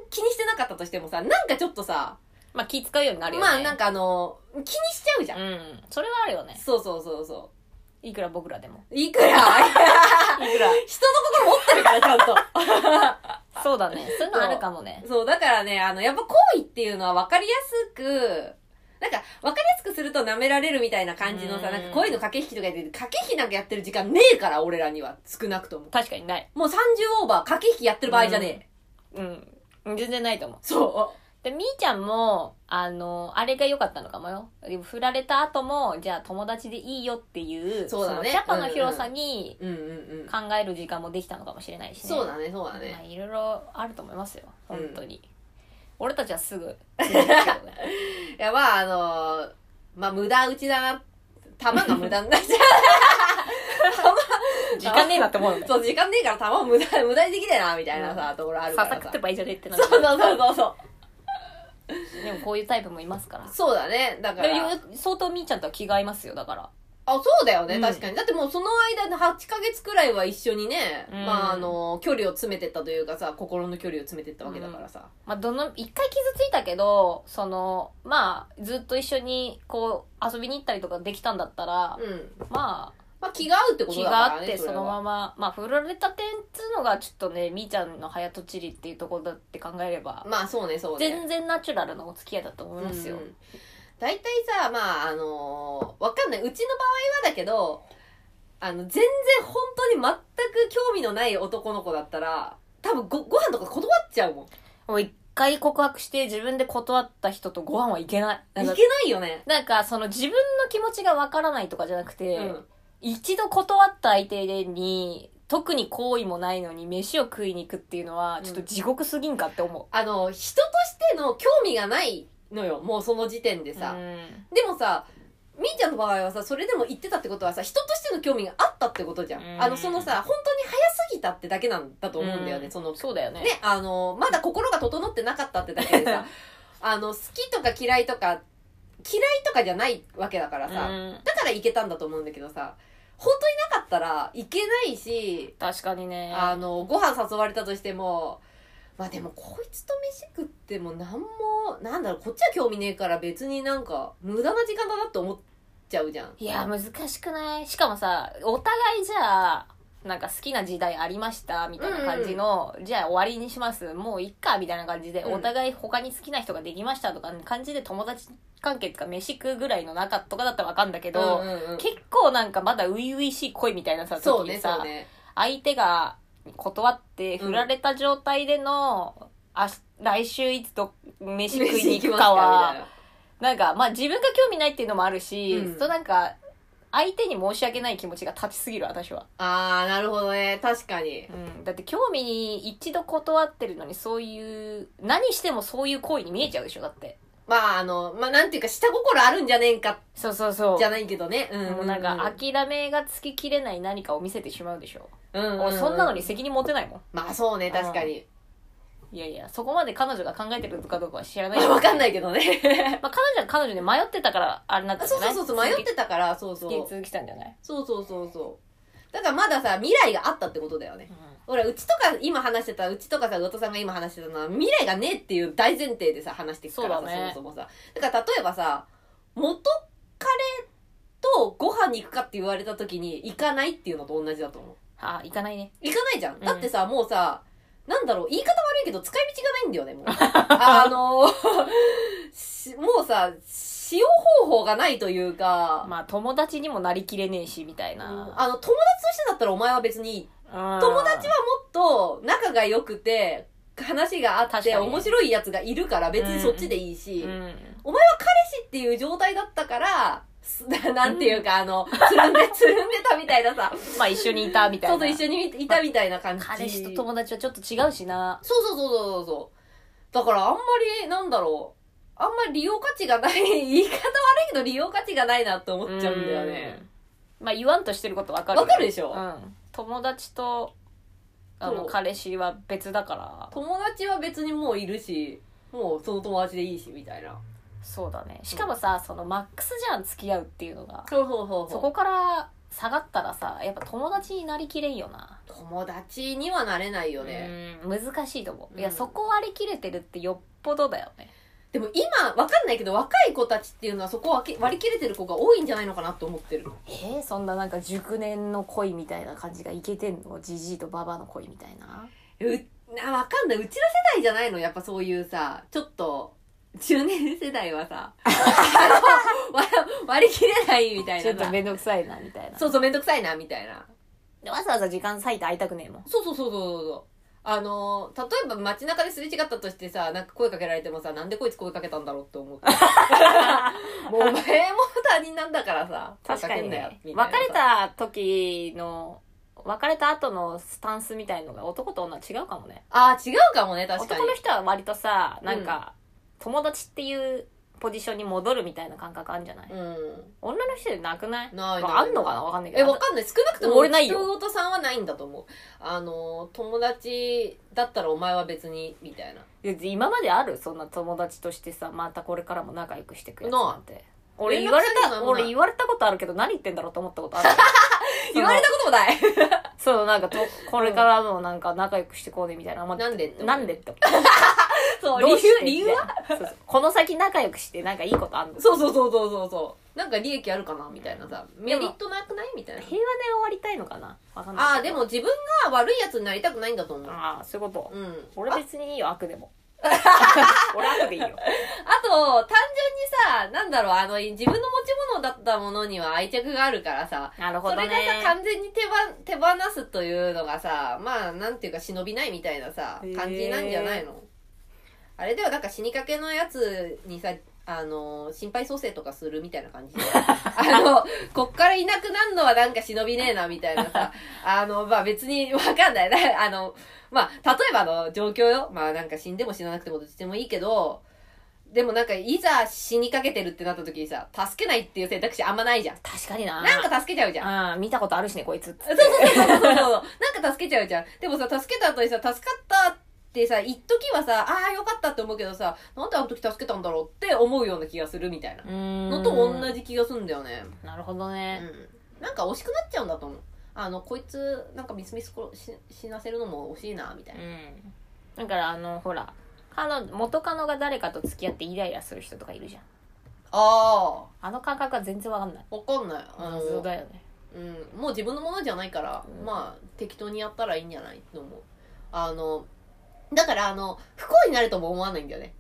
S2: 気にしてなかったとしてもさ、なんかちょっとさ、
S1: まあ気使うようになるよね
S2: まあなんかあの、気にしちゃうじゃん。
S1: うんそれはあるよね
S2: そうそうそうそ
S1: いくら僕らで も
S2: う。いく ら、いや
S1: いくら
S2: 人の心持ってるから、ちゃんと。
S1: そうだねそういうのあるかもね
S2: そう、だからね、あの、やっぱ行為っていうのは分かりやすく、なんか、分かりやすくすると舐められるみたいな感じのさ、
S1: うん
S2: なんか恋の駆け引きとかやってる、駆け引きなんかやってる時間ねえから、俺らには。少なくとも。
S1: 確かにない
S2: もう30オーバー、駆け引きやってる場合じゃねえ。
S1: うん全然ないと思う。
S2: そ
S1: で、みーちゃんも、あの、あれが良かったのかもよ。振られた後も、じゃあ友達でいいよっていう、
S2: そうだね
S1: のキャパの広さに
S2: う。うんうんうん。
S1: 考える時間もできたのかもしれないしね。
S2: そうだね、そうだ
S1: まあ、
S2: ね。
S1: いろいろあると思いますよ。本当に。俺たちはすぐ。
S2: いや、まあ、あのーまあ、無駄打ちだな。弾が無駄になっちゃ
S1: 時間ねえなって思うの
S2: う。そう、時間ねえから弾を無駄、無駄にできねえな、みたいなさ、ところあるか
S1: さ
S2: らさ。
S1: さくってばいいじゃねえってなる
S2: そうそうそうそうそう。
S1: でもこういうタイプもいますから。
S2: そうだね。だか
S1: で
S2: ら。
S1: も相当みーちゃんとは気が合いますよ、だから。
S2: あ、そうだよ
S1: う
S2: ね、
S1: ん
S2: 確かに。だってもうその間の8ヶ月くらいは一緒にね、
S1: うん
S2: まあ、あの、距離を詰めてったというかさ、心の距離を詰めてったわけだからさ。
S1: まあ、どの、一回傷ついたけど、その、まあ、ずっと一緒に、こう、遊びに行ったりとかできたんだったら、
S2: うん。
S1: ま
S2: まあ、気が合うって
S1: あ、
S2: こと
S1: 気
S2: だか
S1: があ
S2: ら
S1: っ
S2: ね。
S1: て、
S2: そ
S1: そ
S2: れ
S1: のま
S2: は
S1: ま、まあ、振られた点っつうのが、ちょっとね、みーちゃんの早とちりっていうところだって考えれば、
S2: まあ、そうね、そうね。
S1: 全然ナチュラルなお付き合いだと思いますよ。
S2: うん大体さまああのーわかんないうちの場合はだけどあの全然本当に全く興味のない男の子だったら多分ごご飯とか断っちゃうもんい
S1: もう一回告白して、自分で断った人とご飯はいけない。
S2: け
S1: なん
S2: な
S1: か
S2: いよね
S1: なんかその自分の気持ちがわからないとかじゃなくて、
S2: うん
S1: 一度断った相手に特に好意もないのに飯を食いに行くっていうのは
S2: ん
S1: ちょっと地獄すぎんかって思
S2: あの人としての興味がないのよもうその時点で
S1: う、
S2: さ
S1: う、ん
S2: でもさみーちゃんの場合はさそれでも言ってたってことはさ人としての興味があったってことじゃん、
S1: うん
S2: あのそのさ本当に早すぎたってだけなんだと思うんだよ
S1: う
S2: ね、
S1: ん
S2: その
S1: そうだよね
S2: ね、あの、まだ心が整ってなかったってだけで さ、あの、好きとか嫌いとか、嫌いとかじゃないわけだからさ、
S1: うん
S2: だからいけたんだと思うんだけどさ、本当になかったらいけないし、
S1: 確かにね
S2: あの、ご飯誘われたとしても、まあでもこいつと飯食ってもなんも、なんだろう、こっちは興味ねえから別になんか無駄な時間だなって思っちゃうじゃん。
S1: いや難しくないしかもさお互いじゃあなんか好きな時代ありましたみたいな感じの、じゃあ終わりにしますもういっかみたいな感じで、
S2: うん
S1: お互い他に好きな人ができましたとか感じで友達関係とか飯食うぐらいの中とかだったらわかんだけど、
S2: うんうんうん
S1: 結構なんかまだ初々しい恋みたいなさ、
S2: そう
S1: 時
S2: ね、
S1: に
S2: そ
S1: さ、
S2: うね。
S1: 相手が断って
S2: うん
S1: 振られた状態での、あし来週いつど飯食い
S2: 飯
S1: に
S2: 行き
S1: 行くか
S2: ますかみたい
S1: は、
S2: な。
S1: なんかまあ自分が興味ないっていうのもあるし、
S2: うん
S1: となんか、相手に申し訳ない気持ちが立ちすぎる私は、
S2: あー、なるほどね。確かに。
S1: うん、だって興味に一度断ってるのにそういう何してもそういう行為に見えちゃうでしょだって
S2: まあ、あの、まあ、なんていうか、下心あるんじゃねえんか、
S1: そうそうそう
S2: じゃないけどね。うん。
S1: もうなんか諦めがつききれない何かを見せてしまうでしょ、
S2: うんうんうん
S1: 俺そんなのに。責任持てないもん
S2: まあ、そうね、確かに。
S1: いやいや、そこまで彼女が考えてるかどうかは知らない。
S2: まあ、わかん
S1: い。
S2: ないけど ね。
S1: まあ、彼女は彼女で迷ってたから、あれになったんじゃ
S2: そう
S1: な
S2: そ
S1: いう
S2: そうそう、迷ってたから、そうそ
S1: 続
S2: う
S1: き。続きたんじゃない
S2: そうそうそうそう。だからまださ、未来があったってことだよね。ほら、うちとか、今話してた、うちとかさ、うとさんが今話してたのは、未来がねえっていう大前提でさ、話してきから
S1: そ
S2: さ、
S1: う
S2: そ,、
S1: だね
S2: もそもさ。だから例えばさ、元彼とご飯に行くかって言われた時に、行かないっていうのと同じだと思う。
S1: あ、行かないね。
S2: 行かないじゃん。
S1: ん
S2: だってさ、もうさ、なんだろう、言い方悪いけど、使い道がないんだ よね、もう。あのしもうさ、使用方法がないというか、
S1: まあ、友達にもなりきれねえし、みたいな。
S2: あの、友達としてだったらお前は別にいい。
S1: 友
S2: 友達はもっと仲が良くて、話があっ
S1: 確
S2: て、
S1: かに
S2: 面白いやつがいるから別にそっちでいいし、
S1: うん。
S2: お前は彼氏っていう状態だったから、す ななんていうか、あの、つる んで、つるんでたみたいなさ、
S1: まあ、一緒にいた、みたい
S2: ちょ
S1: な。
S2: っと一緒にいたみたいな感じ。
S1: 彼氏と友達はちょっと違うしな。
S2: そうそうそうそうそう。だからあんまり、なんだろう。あんまり利用価値がない、言い方悪いけど利用価値がないなって思っちゃうんだよね。
S1: うん。まあ、言わんとしてることわかる。
S2: わかるでしょ、
S1: うん。友達と、あの、
S2: そう
S1: 彼氏は別だから。
S2: 友達は別にもういるし、もうその友達でいいし、みたいな。
S1: そうだね。しかもさ、その、マックスじゃん、付き合うっていうのが。
S2: そうそうそう
S1: そこから下がったらさやっぱ友達になりきれんよな、
S2: 友達にはなれないよね。
S1: うん難しいと思う、いうや
S2: ん
S1: そこ割り切れてるってよっぽどだよね
S2: でも今、わかんないけど、若い子たちっていうのはそこは割り切れてる子が多いんじゃないのかなって思ってる。
S1: えー、そんななんか熟年の恋みたいな感じがいけてんのじじいとばばの恋みたいな
S2: うなわかんないうちら世代じゃないのやっぱそういうさちょっと中年世代 はさあのわ割り切れないみたい
S1: ちょっ
S2: な
S1: と
S2: さ
S1: 面倒くさいなみたいな
S2: そうそうめんどくさいなみたいな
S1: でわざわざ時間割いて会いたくねえもん
S2: そうそうそうそうそうあのー、例えば街中ですれ違ったとしてさ、なんか声かけられてもさ、なんでこいつ声かけたんだろうって 思って。もうお前も他人なんだからさ、
S1: 確か
S2: 声
S1: に
S2: けんなよ
S1: ね
S2: みたいな
S1: 別
S2: さ
S1: れた時の別れた後のスタンスみたいのが男と女違うかもね
S2: あー違うかもね、確かに
S1: 男。の人は割とさなんか、友達っていうポジションに戻るみたいな感覚あるんじゃない、
S2: うん。
S1: 女の人でなくない
S2: ない
S1: ま
S2: ない
S1: ああんのかなわかんないけ
S2: え、
S1: ど
S2: わかんない。少なくとも、
S1: 俺ないよ
S2: 人事さんはないんだと思う。あのー、友達だったらお前は別に、みたいな。
S1: いや今まであるそんな友達としてさまたこれからも仲良くしてくやつなんて俺言
S2: 連絡
S1: われ
S2: する
S1: た
S2: のもない
S1: 俺言われたことあるけど何言ってんだろうと思ったこと ある
S2: 言われたこともない。
S1: そうなんかとこれからもなんか仲良くしてこうねみたいな、まあ
S2: なんでって思う
S1: なんでって思う
S2: そう、
S1: どう
S2: 理
S1: し
S2: 由、
S1: て
S2: 理由は
S1: みたいなそうそうこの先仲良くしてなんかいいことあんの
S2: そうそうそうそうそうそう。なんか利益あるかなみたいなさ。メリットなくないみたいな。
S1: 平和で終わりたいのかなわかんない
S2: ああ、でも自分が悪いやつになりたくないんだと思う。
S1: ああそういうこと、
S2: うん。
S1: 俺別にいいよ悪で も俺悪でいいよ
S2: あと、単純にさ、なんだろう、あの、自分の持ち物だったものには愛着があるからさ、
S1: なるほ
S2: そ
S1: ど
S2: れ
S1: ね
S2: がさ、完全に手ば手放すというのがさ、まあ、なんていうか忍びないみたいなさ
S1: へ、ー
S2: 感じなんじゃないのあれではなんか死にかけのやつにさ、あの、心配蘇生とかするみたいな 感じで。あの、こっからいなくなるのはなんか忍びねえな、みたいなさ。あの、まあ別にわかんない。 なあの、まあ、例えばの状況よ。まあなんか死んでも死ななくてもどっちでもいいけど、でもなんかいざ死にかけてるってなった時にさ、助けないっていう選択肢あんまないじゃん。
S1: 確かにな
S2: なんか助けちゃうじゃん。
S1: ああ見たことあるしねこいつ
S2: そうそうそうそうそうそう。なんか助けちゃうじゃん。でもさ、助けた後にさ、助かったってさ、一時はさ、ああ、よかったって思うけどさ、なんであの時助けたんだろうって思うような気がするみたいな。の
S1: の
S2: と同じ気がするんだよね。
S1: なるほど
S2: う
S1: ね、
S2: ん。なんか惜しくなっちゃうんだと思う。あの、こいつ、なんかみすみす殺し死なせるのも惜しいな、みたいうな。
S1: ん、だからあのほら彼女元カノが誰かと付き合ってイライラする人とかいるじゃん
S2: あ
S1: あの感覚は全然わかんない
S2: あ、わかんない。あの、
S1: 謎だよね
S2: うん、もう自分のものじゃないから、
S1: うん
S2: まあ適当にやったらいいんじゃないと思うあのだからあの不幸になるとも思わないんだよね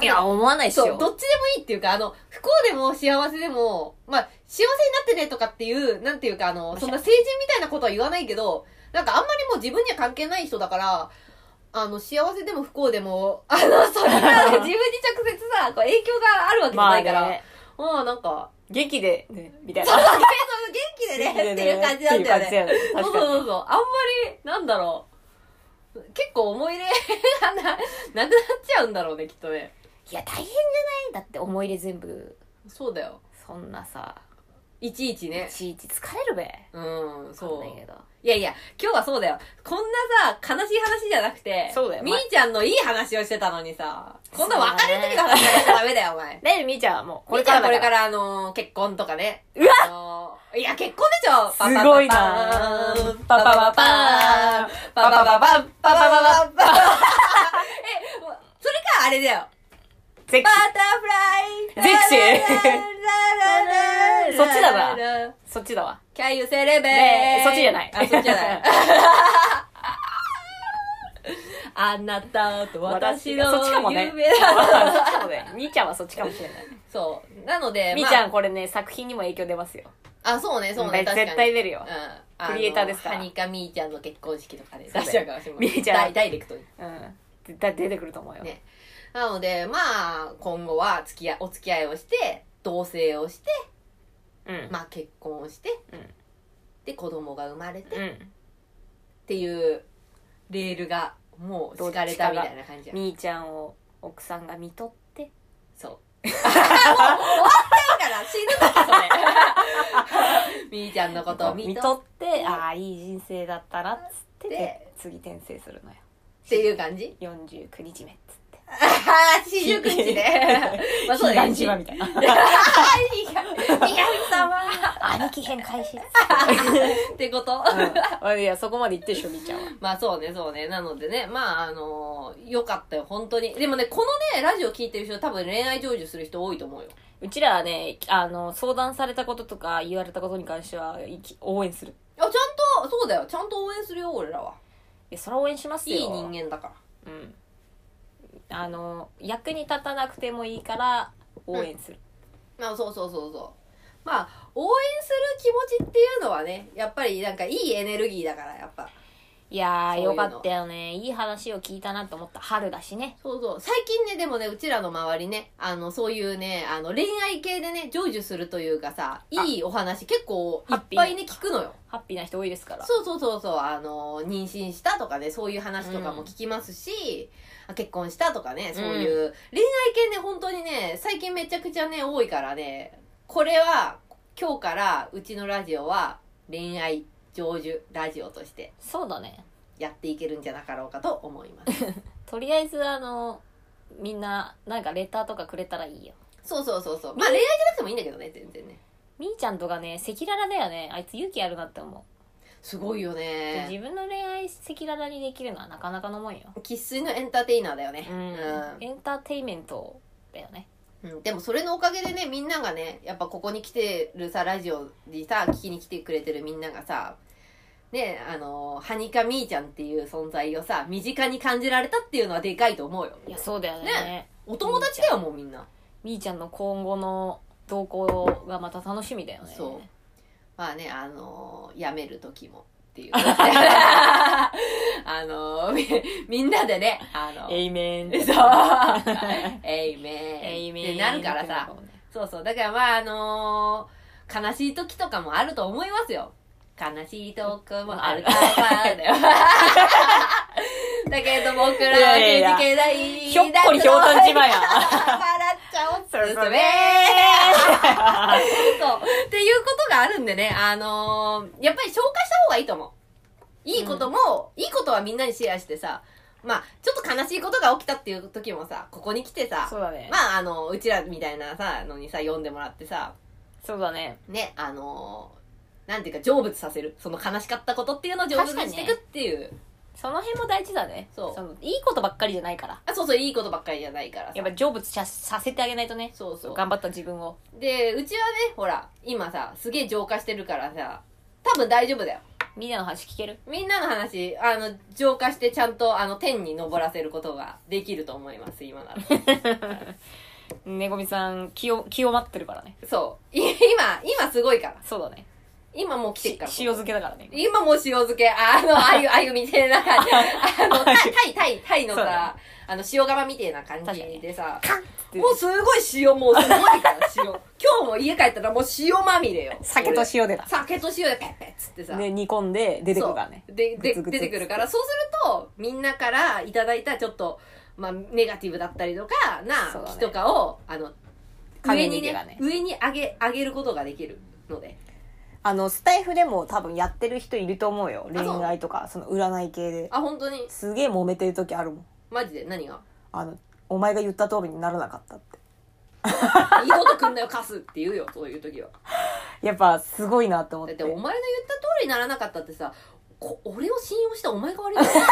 S1: いや思わないっす
S2: そう
S1: よ
S2: どっちでもいいっていうかあの不幸でも幸せでもまあ幸せになってねとかっていうなんていうかあのそんな成人みたいなことは言わないけどなんかあんまりもう自分には関係ない人だからあの幸せでも不幸でも あの それが自分に直接さこう影響があるわけじゃ
S1: ま
S2: な
S1: あ
S2: いから、
S1: ね
S2: まあなんか
S1: 劇で、ね、みたいな
S2: そう元気でねっていう感じなんだよね
S1: っていう
S2: そ
S1: 感じだよね
S2: う
S1: 確
S2: そう
S1: か
S2: そうそう。あんまり、なんだろう。結構思い入れがな、なくなっちゃうんだろうね、きっとね。
S1: にいや大変じゃないだって思い入れ全部
S2: そうだよ。
S1: そんなさ
S2: いちいち
S1: い
S2: ね。
S1: ちいち疲れるべ
S2: うん、
S1: わか
S2: そ。
S1: んないうけど
S2: いやいや、今日はそうだよ。こんなさ、悲しい話じゃなくて、
S1: そうだよ
S2: みーちゃんのいい話をしてたのにさ、こんな別れの時の
S1: そう
S2: 話しちゃダメだよ、お前。
S1: だいぶみーちゃんはもうこ
S2: み
S1: れ
S2: ーち
S1: から
S2: ゃんこれ
S1: だ
S2: か
S1: から
S2: ら、あのー、結婚とかね。
S1: うわ
S2: あのーいや、結婚でしょ
S1: すごいな
S2: パパパパーンパパパパーンパパパパパーンえ、それか、あれだよ。
S1: 絶
S2: バタフライ
S1: ゼクシーそっちだな
S2: な。
S1: そっちだわ
S2: Can you celebrate?
S1: ねえそっちじゃない
S2: あ、そっちじゃない。あなたと私の
S1: そっちかもね
S2: 夢だ。
S1: そっちかもねみーちゃんはそっちかもしれない
S2: そう。なので、
S1: みーちゃんこれね作品にも影響出ますよ
S2: あ、そうね、そうね、
S1: 絶
S2: 確かに。
S1: 絶対出るよ
S2: うん
S1: クリエイターですから
S2: あのはにかみーちゃんの結婚式とかで出
S1: そうだよ
S2: しちゃうかもしれない。
S1: みーちゃん
S2: ダイダイレクトに。
S1: うん絶対出てくると思うよ
S2: ねなので、まあ、今後は付き合い、お付き合いをして、同棲をして、
S1: うん
S2: まあ結婚をして、
S1: うん
S2: で、子供が生まれて、
S1: う
S2: っ
S1: ん
S2: ていう、レールが、もう敷かれたみたいな感じや。
S1: みーちゃんを奥さんが見とって
S2: そう。 もう終わったよから、死ぬ時それ。 みーちゃんのことを見
S1: 見
S2: とっ
S1: とってああいい人生だったなっつって
S2: で
S1: で次転生するのよ
S2: ていう 感じ
S1: 49日目っつって
S2: ああ、四十九日ね。 まあそうだね。
S1: 悲願島みたいな
S2: いや、様
S1: 兄貴編開始っつっ
S2: ってこと、
S1: て うんいやそこまで言ってるでしょみーちゃんは
S2: まあそうね、そうね。なのでね、まああのーよかったよ、本当に。でもね、このね、ラジオ聞いてる人多分恋愛成就する人多いと思うよ。
S1: うちらはねあの相談されたこととか言われたことに関してはいき応援する
S2: あ、ちゃんと、そうだよ、ちゃんと応援するよ、俺らは。
S1: いやそれは応援します
S2: い
S1: よ
S2: い人間だから。
S1: うんあの役に立たなくてもいいから応援する、
S2: まあそうそうそうそう。まあ、応援する気持ちっていうのはね、やっぱりなんかいいエネルギーだから、やっぱ。
S1: いや
S2: そう
S1: ー
S2: いうの
S1: よかったよねいい話を聞いたなと思った春だしね
S2: そうそう。最近ね、でもね、うちらの周りね、あの、そういうね、あの、恋愛系でね、成就するというかさ、いいお話結構いっぱいね、聞くのよ。
S1: ハッピーな人多いですから
S2: そうそうそうそう、あの、妊娠したとかね、そういう話とかも聞きますし、あ結婚したとかね、そういう、恋愛系ね、本当にね、最近めちゃくちゃね、多いからね、これは、今日からうちのラジオは、恋愛成就ラジオとして
S1: そうだね
S2: やっていけるんじゃなかろうかと思います。
S1: とりあえずあのみんななんかレターとかくれたらいいよ
S2: そうそうそうそう。まあ恋愛じゃなくてもいいんだけどね、全然ね。
S1: みーちゃんとかね赤裸々だよねあいつ勇気あるなって思
S2: すごいよ
S1: う、で
S2: ね。
S1: 自分の恋愛赤裸々にできるのはなかなかのもんよ
S2: 生粋のエンターテイナーだよね。
S1: エンターテインメントだよね
S2: うん。でもそれのおかげでね、みんながね、やっぱここに来てるさ、ラジオにさ、聞きに来てくれてるみんながさ、ね、あの、はにかみーちゃんっていう存在をさ、身近に感じられたっていうのはでかいと思うよ。
S1: いやそうだよね
S2: ねお友達だよ、もうみんな。
S1: みーちゃんの今後の動向がまた楽しみだよね
S2: そうまあね、あのー、辞める時もって いう。あのー、みみんなでね、あの
S1: エイ メン
S2: そうえい
S1: エイ
S2: め
S1: メン
S2: ってなるからさそうそうだからまああのー悲しい時とかもあると思いますよ悲しい時もあるからさだよだけど僕らは
S1: いやいや
S2: くじけない
S1: ひょっこりひょうたん島や
S2: 笑っちゃおうっすすめそう。っていうことがあるんでね、あのーやっぱり消化した方がいいと思う。いいことも、いいことはみんなにシェアしてさ、まあ、ちょっと悲しいことが起きたっていう時もさ、ここに来てさ、
S1: そうだね、
S2: まあ、あの、うちらみたいなさ、のにさ、読んでもらってさ、
S1: そうだね
S2: ね、あのーなんていうか、成仏させる。その悲しかったことっていうのを成仏していくっていう。
S1: その辺も大事だね
S2: そう
S1: のいいことばっかりじゃないから
S2: あ、そうそう、いいことばっかりじゃないからさ。
S1: やっぱ成仏ささせてあげないとね
S2: そうそう。
S1: 頑張った自分を
S2: で、うちはね、ほら、今さ、すげえ浄化してるからさ、多分大丈夫だよ。
S1: みんなの話聞ける
S2: みんなの話、あの、浄化してちゃんと、あの、天に登らせることができると思います、今 なら。
S1: ねこみさん気を気を待ってるからね
S2: そう。い今、今すごいから。
S1: そうだね
S2: 今もう来て
S1: し
S2: るから。
S1: 塩漬けだからね
S2: 今もう塩漬け、あ あの、あゆ、あゆみたいな感じ。あの、タイ、タイ、タイの
S1: そうだ
S2: さ、あの、塩釜みたいな感
S1: 確か
S2: じ
S1: に
S2: でさ、
S1: カンッて
S2: もうすごい塩、もうすごいから、 塩。今日も家帰ったらもう塩まみれよ。
S1: 酒と
S2: 俺
S1: 塩でだ
S2: 酒と塩でペッペッつってさ。
S1: で煮込んで出てくるからね
S2: そうで
S1: グ
S2: で
S1: ツグツ
S2: 出てくるからそうするとみんなからいただいたちょっと、まあ、ネガティブだったりとか
S1: そう
S2: な
S1: だね
S2: 気とかを、あの
S1: 影
S2: 上
S1: に
S2: に
S1: 手が
S2: ね
S1: ね
S2: 上に上げ上げることができるので
S1: あのスタイフでも多分やってる人いると思うよ
S2: あそう
S1: 恋愛とかその占い系で
S2: あ本当に
S1: すげえ揉めてる時あるもん
S2: マジで何が
S1: あのお前が言った通りにならなかったって
S2: いいことくんなよ貸すって言うよそういう時 は
S1: やっぱすごいなって思っ
S2: だ
S1: て
S2: ってお前の言った通りにならなかったってさこ俺を信用したお前が 悪いんだよ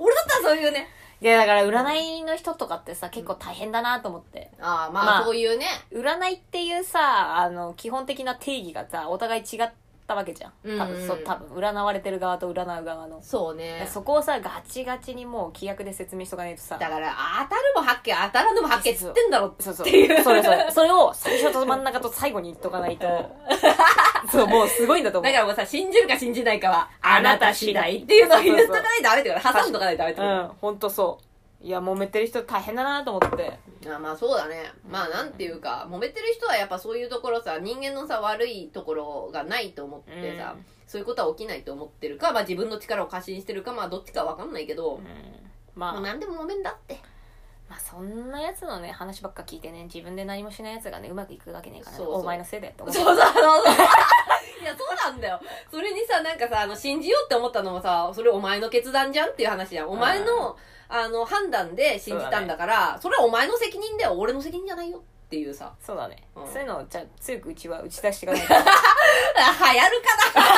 S2: 俺だったらそういうね
S1: いやだから占いの人とかってさ結構大変だなと思って
S2: ああまあ、
S1: まあ
S2: そういうね
S1: 占いっていうさあの基本的な定義がさお互い違ったわけじゃん多
S2: うんう
S1: 分
S2: ん
S1: そう多分占われてる側と占う側の
S2: そうね
S1: そこをさガチガチにもう規約で説明しとかないとさ
S2: だから当たるも発見当たらぬも発見っつってんだろ
S1: そうそう
S2: っていう
S1: それそれそれを最初と真ん中と最後に言っとかないと そうもうすごいんだと思う
S2: だからもうさ、信じるか信じないかは、あなた次第っていうのを言っとかないとダメってことね挟んとかないとダメってこ
S1: うん本当そういや揉めてる人大変だなと思って
S2: とあまあそうだね。まあなんていうか、揉めてる人はやっぱそういうところさ、人間のさ、悪いところがないと思ってさ、
S1: うん
S2: そういうことは起きないと思ってるか、まあ自分の力を過信してるか、まあどっちかわかんないけど、
S1: まあ、
S2: もう何でも揉めんだって。
S1: まあそんなやつのね話ばっか聞いてね自分で何もしないやつがねうまくいくわけねえからね
S2: そうそう
S1: お前のせいだよと
S2: そ
S1: 思
S2: う
S1: う
S2: そうそうそう。いや、そうなんだよ。それにさ、なんかさ、あの、信じようって思ったのもさ、それお前の決断じゃんっていう話じゃん。お前の、あの、判断で信じたんだから、それはお前の責任だよ。俺の責任じゃないよっていうさ。
S1: そうだね、
S2: うん
S1: そういうのをじゃあ強くうちは打ち出していかないと
S2: 流行るかな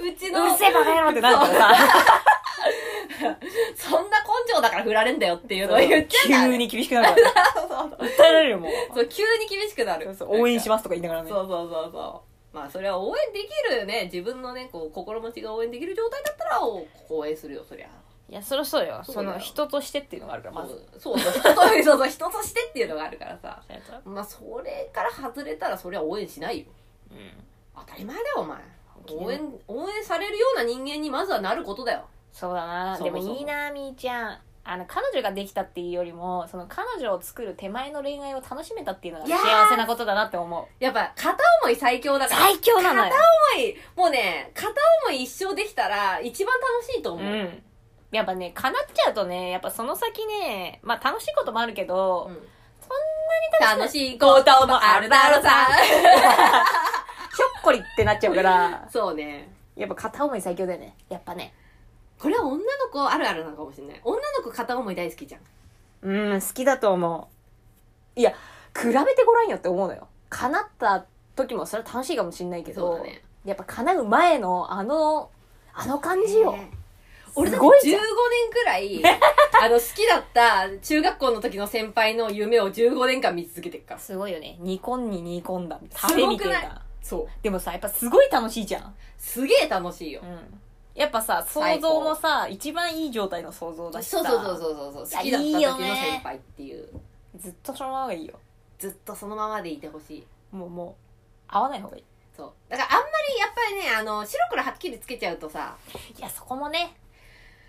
S2: うち
S1: う
S2: の
S1: るせえバカ野郎ってなるからさ
S2: そんな根性だから振られんだよっていうのを言っちゃ う
S1: 急に厳しくなるから
S2: そう
S1: 訴えられるよもう
S2: そう急に厳しくなる
S1: そうそう応援しますとか言いながらね
S2: そうそうそうそうまあそれは応援できるね自分のねこう心持ちが応援できる状態だったらお応援するよそりゃ
S1: いやそりゃそうよ
S2: そう
S1: そ
S2: だよ
S1: の人としてっていうのがあるからまず
S2: そうそう人とそうそう人としてっていうのがあるからさ
S1: う
S2: まあそれから外れたらそりゃ応援しないよ
S1: ん
S2: 当たり前だよお前応援、応援されるような人間にまずはなることだよ。
S1: そうだな
S2: そもそも
S1: でもいいなみーちゃんあの彼女ができたっていうよりもその彼女を作る手前の恋愛を楽しめたっていうのが
S2: いやー
S1: 幸せなことだなって思う
S2: やっぱ、片思い最強だから。
S1: 最強なのよ
S2: 思い、もうね、片思い一生できたら、一番楽しいと思う。
S1: うんやっぱね叶っちゃうとねやっぱその先ねまあ楽しいこともあるけど、
S2: うん
S1: 楽しい
S2: 楽しいこともあるだろうさ。
S1: ひょっこりってなっちゃうから
S2: そうね。
S1: やっぱ片思い最強だよねやっぱね
S2: これは女の子あるあるなのかもしれない。女の子片思い大好きじゃん。
S1: うん好きだと思ういや比べてごらんよって思うのよ叶った時もそれは楽しいかもしんないけ
S2: そ
S1: ど
S2: うだね。
S1: やっぱ叶う前のあのあの感じよ
S2: ね俺だっ
S1: すごい
S2: て15
S1: じゃ
S2: 年
S1: ん
S2: くらい、 あの、好きだった中学校の時の先輩の夢を15年間見続けてるから。
S1: すごいよね煮込んに煮込んだ
S2: す
S1: 食
S2: ご
S1: べ
S2: くな
S1: み
S2: い
S1: たいな
S2: そう。
S1: でもさやっぱすごい楽しいじゃん、
S2: すげえ楽しいよ。
S1: やっぱさ想像もさ一番いい状態の想像
S2: そう
S1: だしさ
S2: そうそうそうそう。好きだった時の先輩っていう。
S1: ずっとそのままがいいよ
S2: ずっとそのままでいてほしい。
S1: もうもう会わない方がいい
S2: そう。だからあんまりやっぱりね、あの、白黒はっきりつけちゃうと さ、
S1: いやそこもね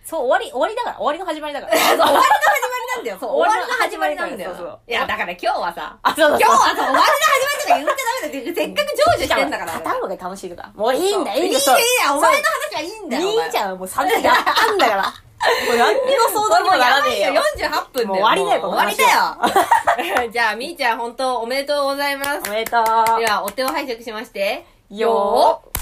S1: そう終わり終わりだから終わりの始まりだから
S2: 終わりの始まりなんだよ。そう、
S1: 終
S2: 終わ
S1: わ
S2: り
S1: り
S2: の
S1: の
S2: 始
S1: 始
S2: ま
S1: ま
S2: り
S1: り
S2: な
S1: なんん
S2: だ
S1: だ
S2: よ。
S1: よ
S2: いや、だから今日はさ、
S1: あそうそう
S2: 今日はさ、終わりの始まりとか言っちゃダメだって、せっかく成就してんだから。
S1: 片方が楽しいとかもういいんだ
S2: そう
S1: いいんだ
S2: いいんだよ、お前の話はいいんだよ。お前
S1: 兄ちゃんはもう3年やったんだからもう何にも想像にもならねえよ
S2: もうやばいよ48分だよ。
S1: もう終わりだよ
S2: もう
S1: この
S2: 終わりだよ。 じゃあ、みーちゃん、本当おめでとうございます
S1: お。めでとう
S2: では、お手を拝借しまして、
S1: よー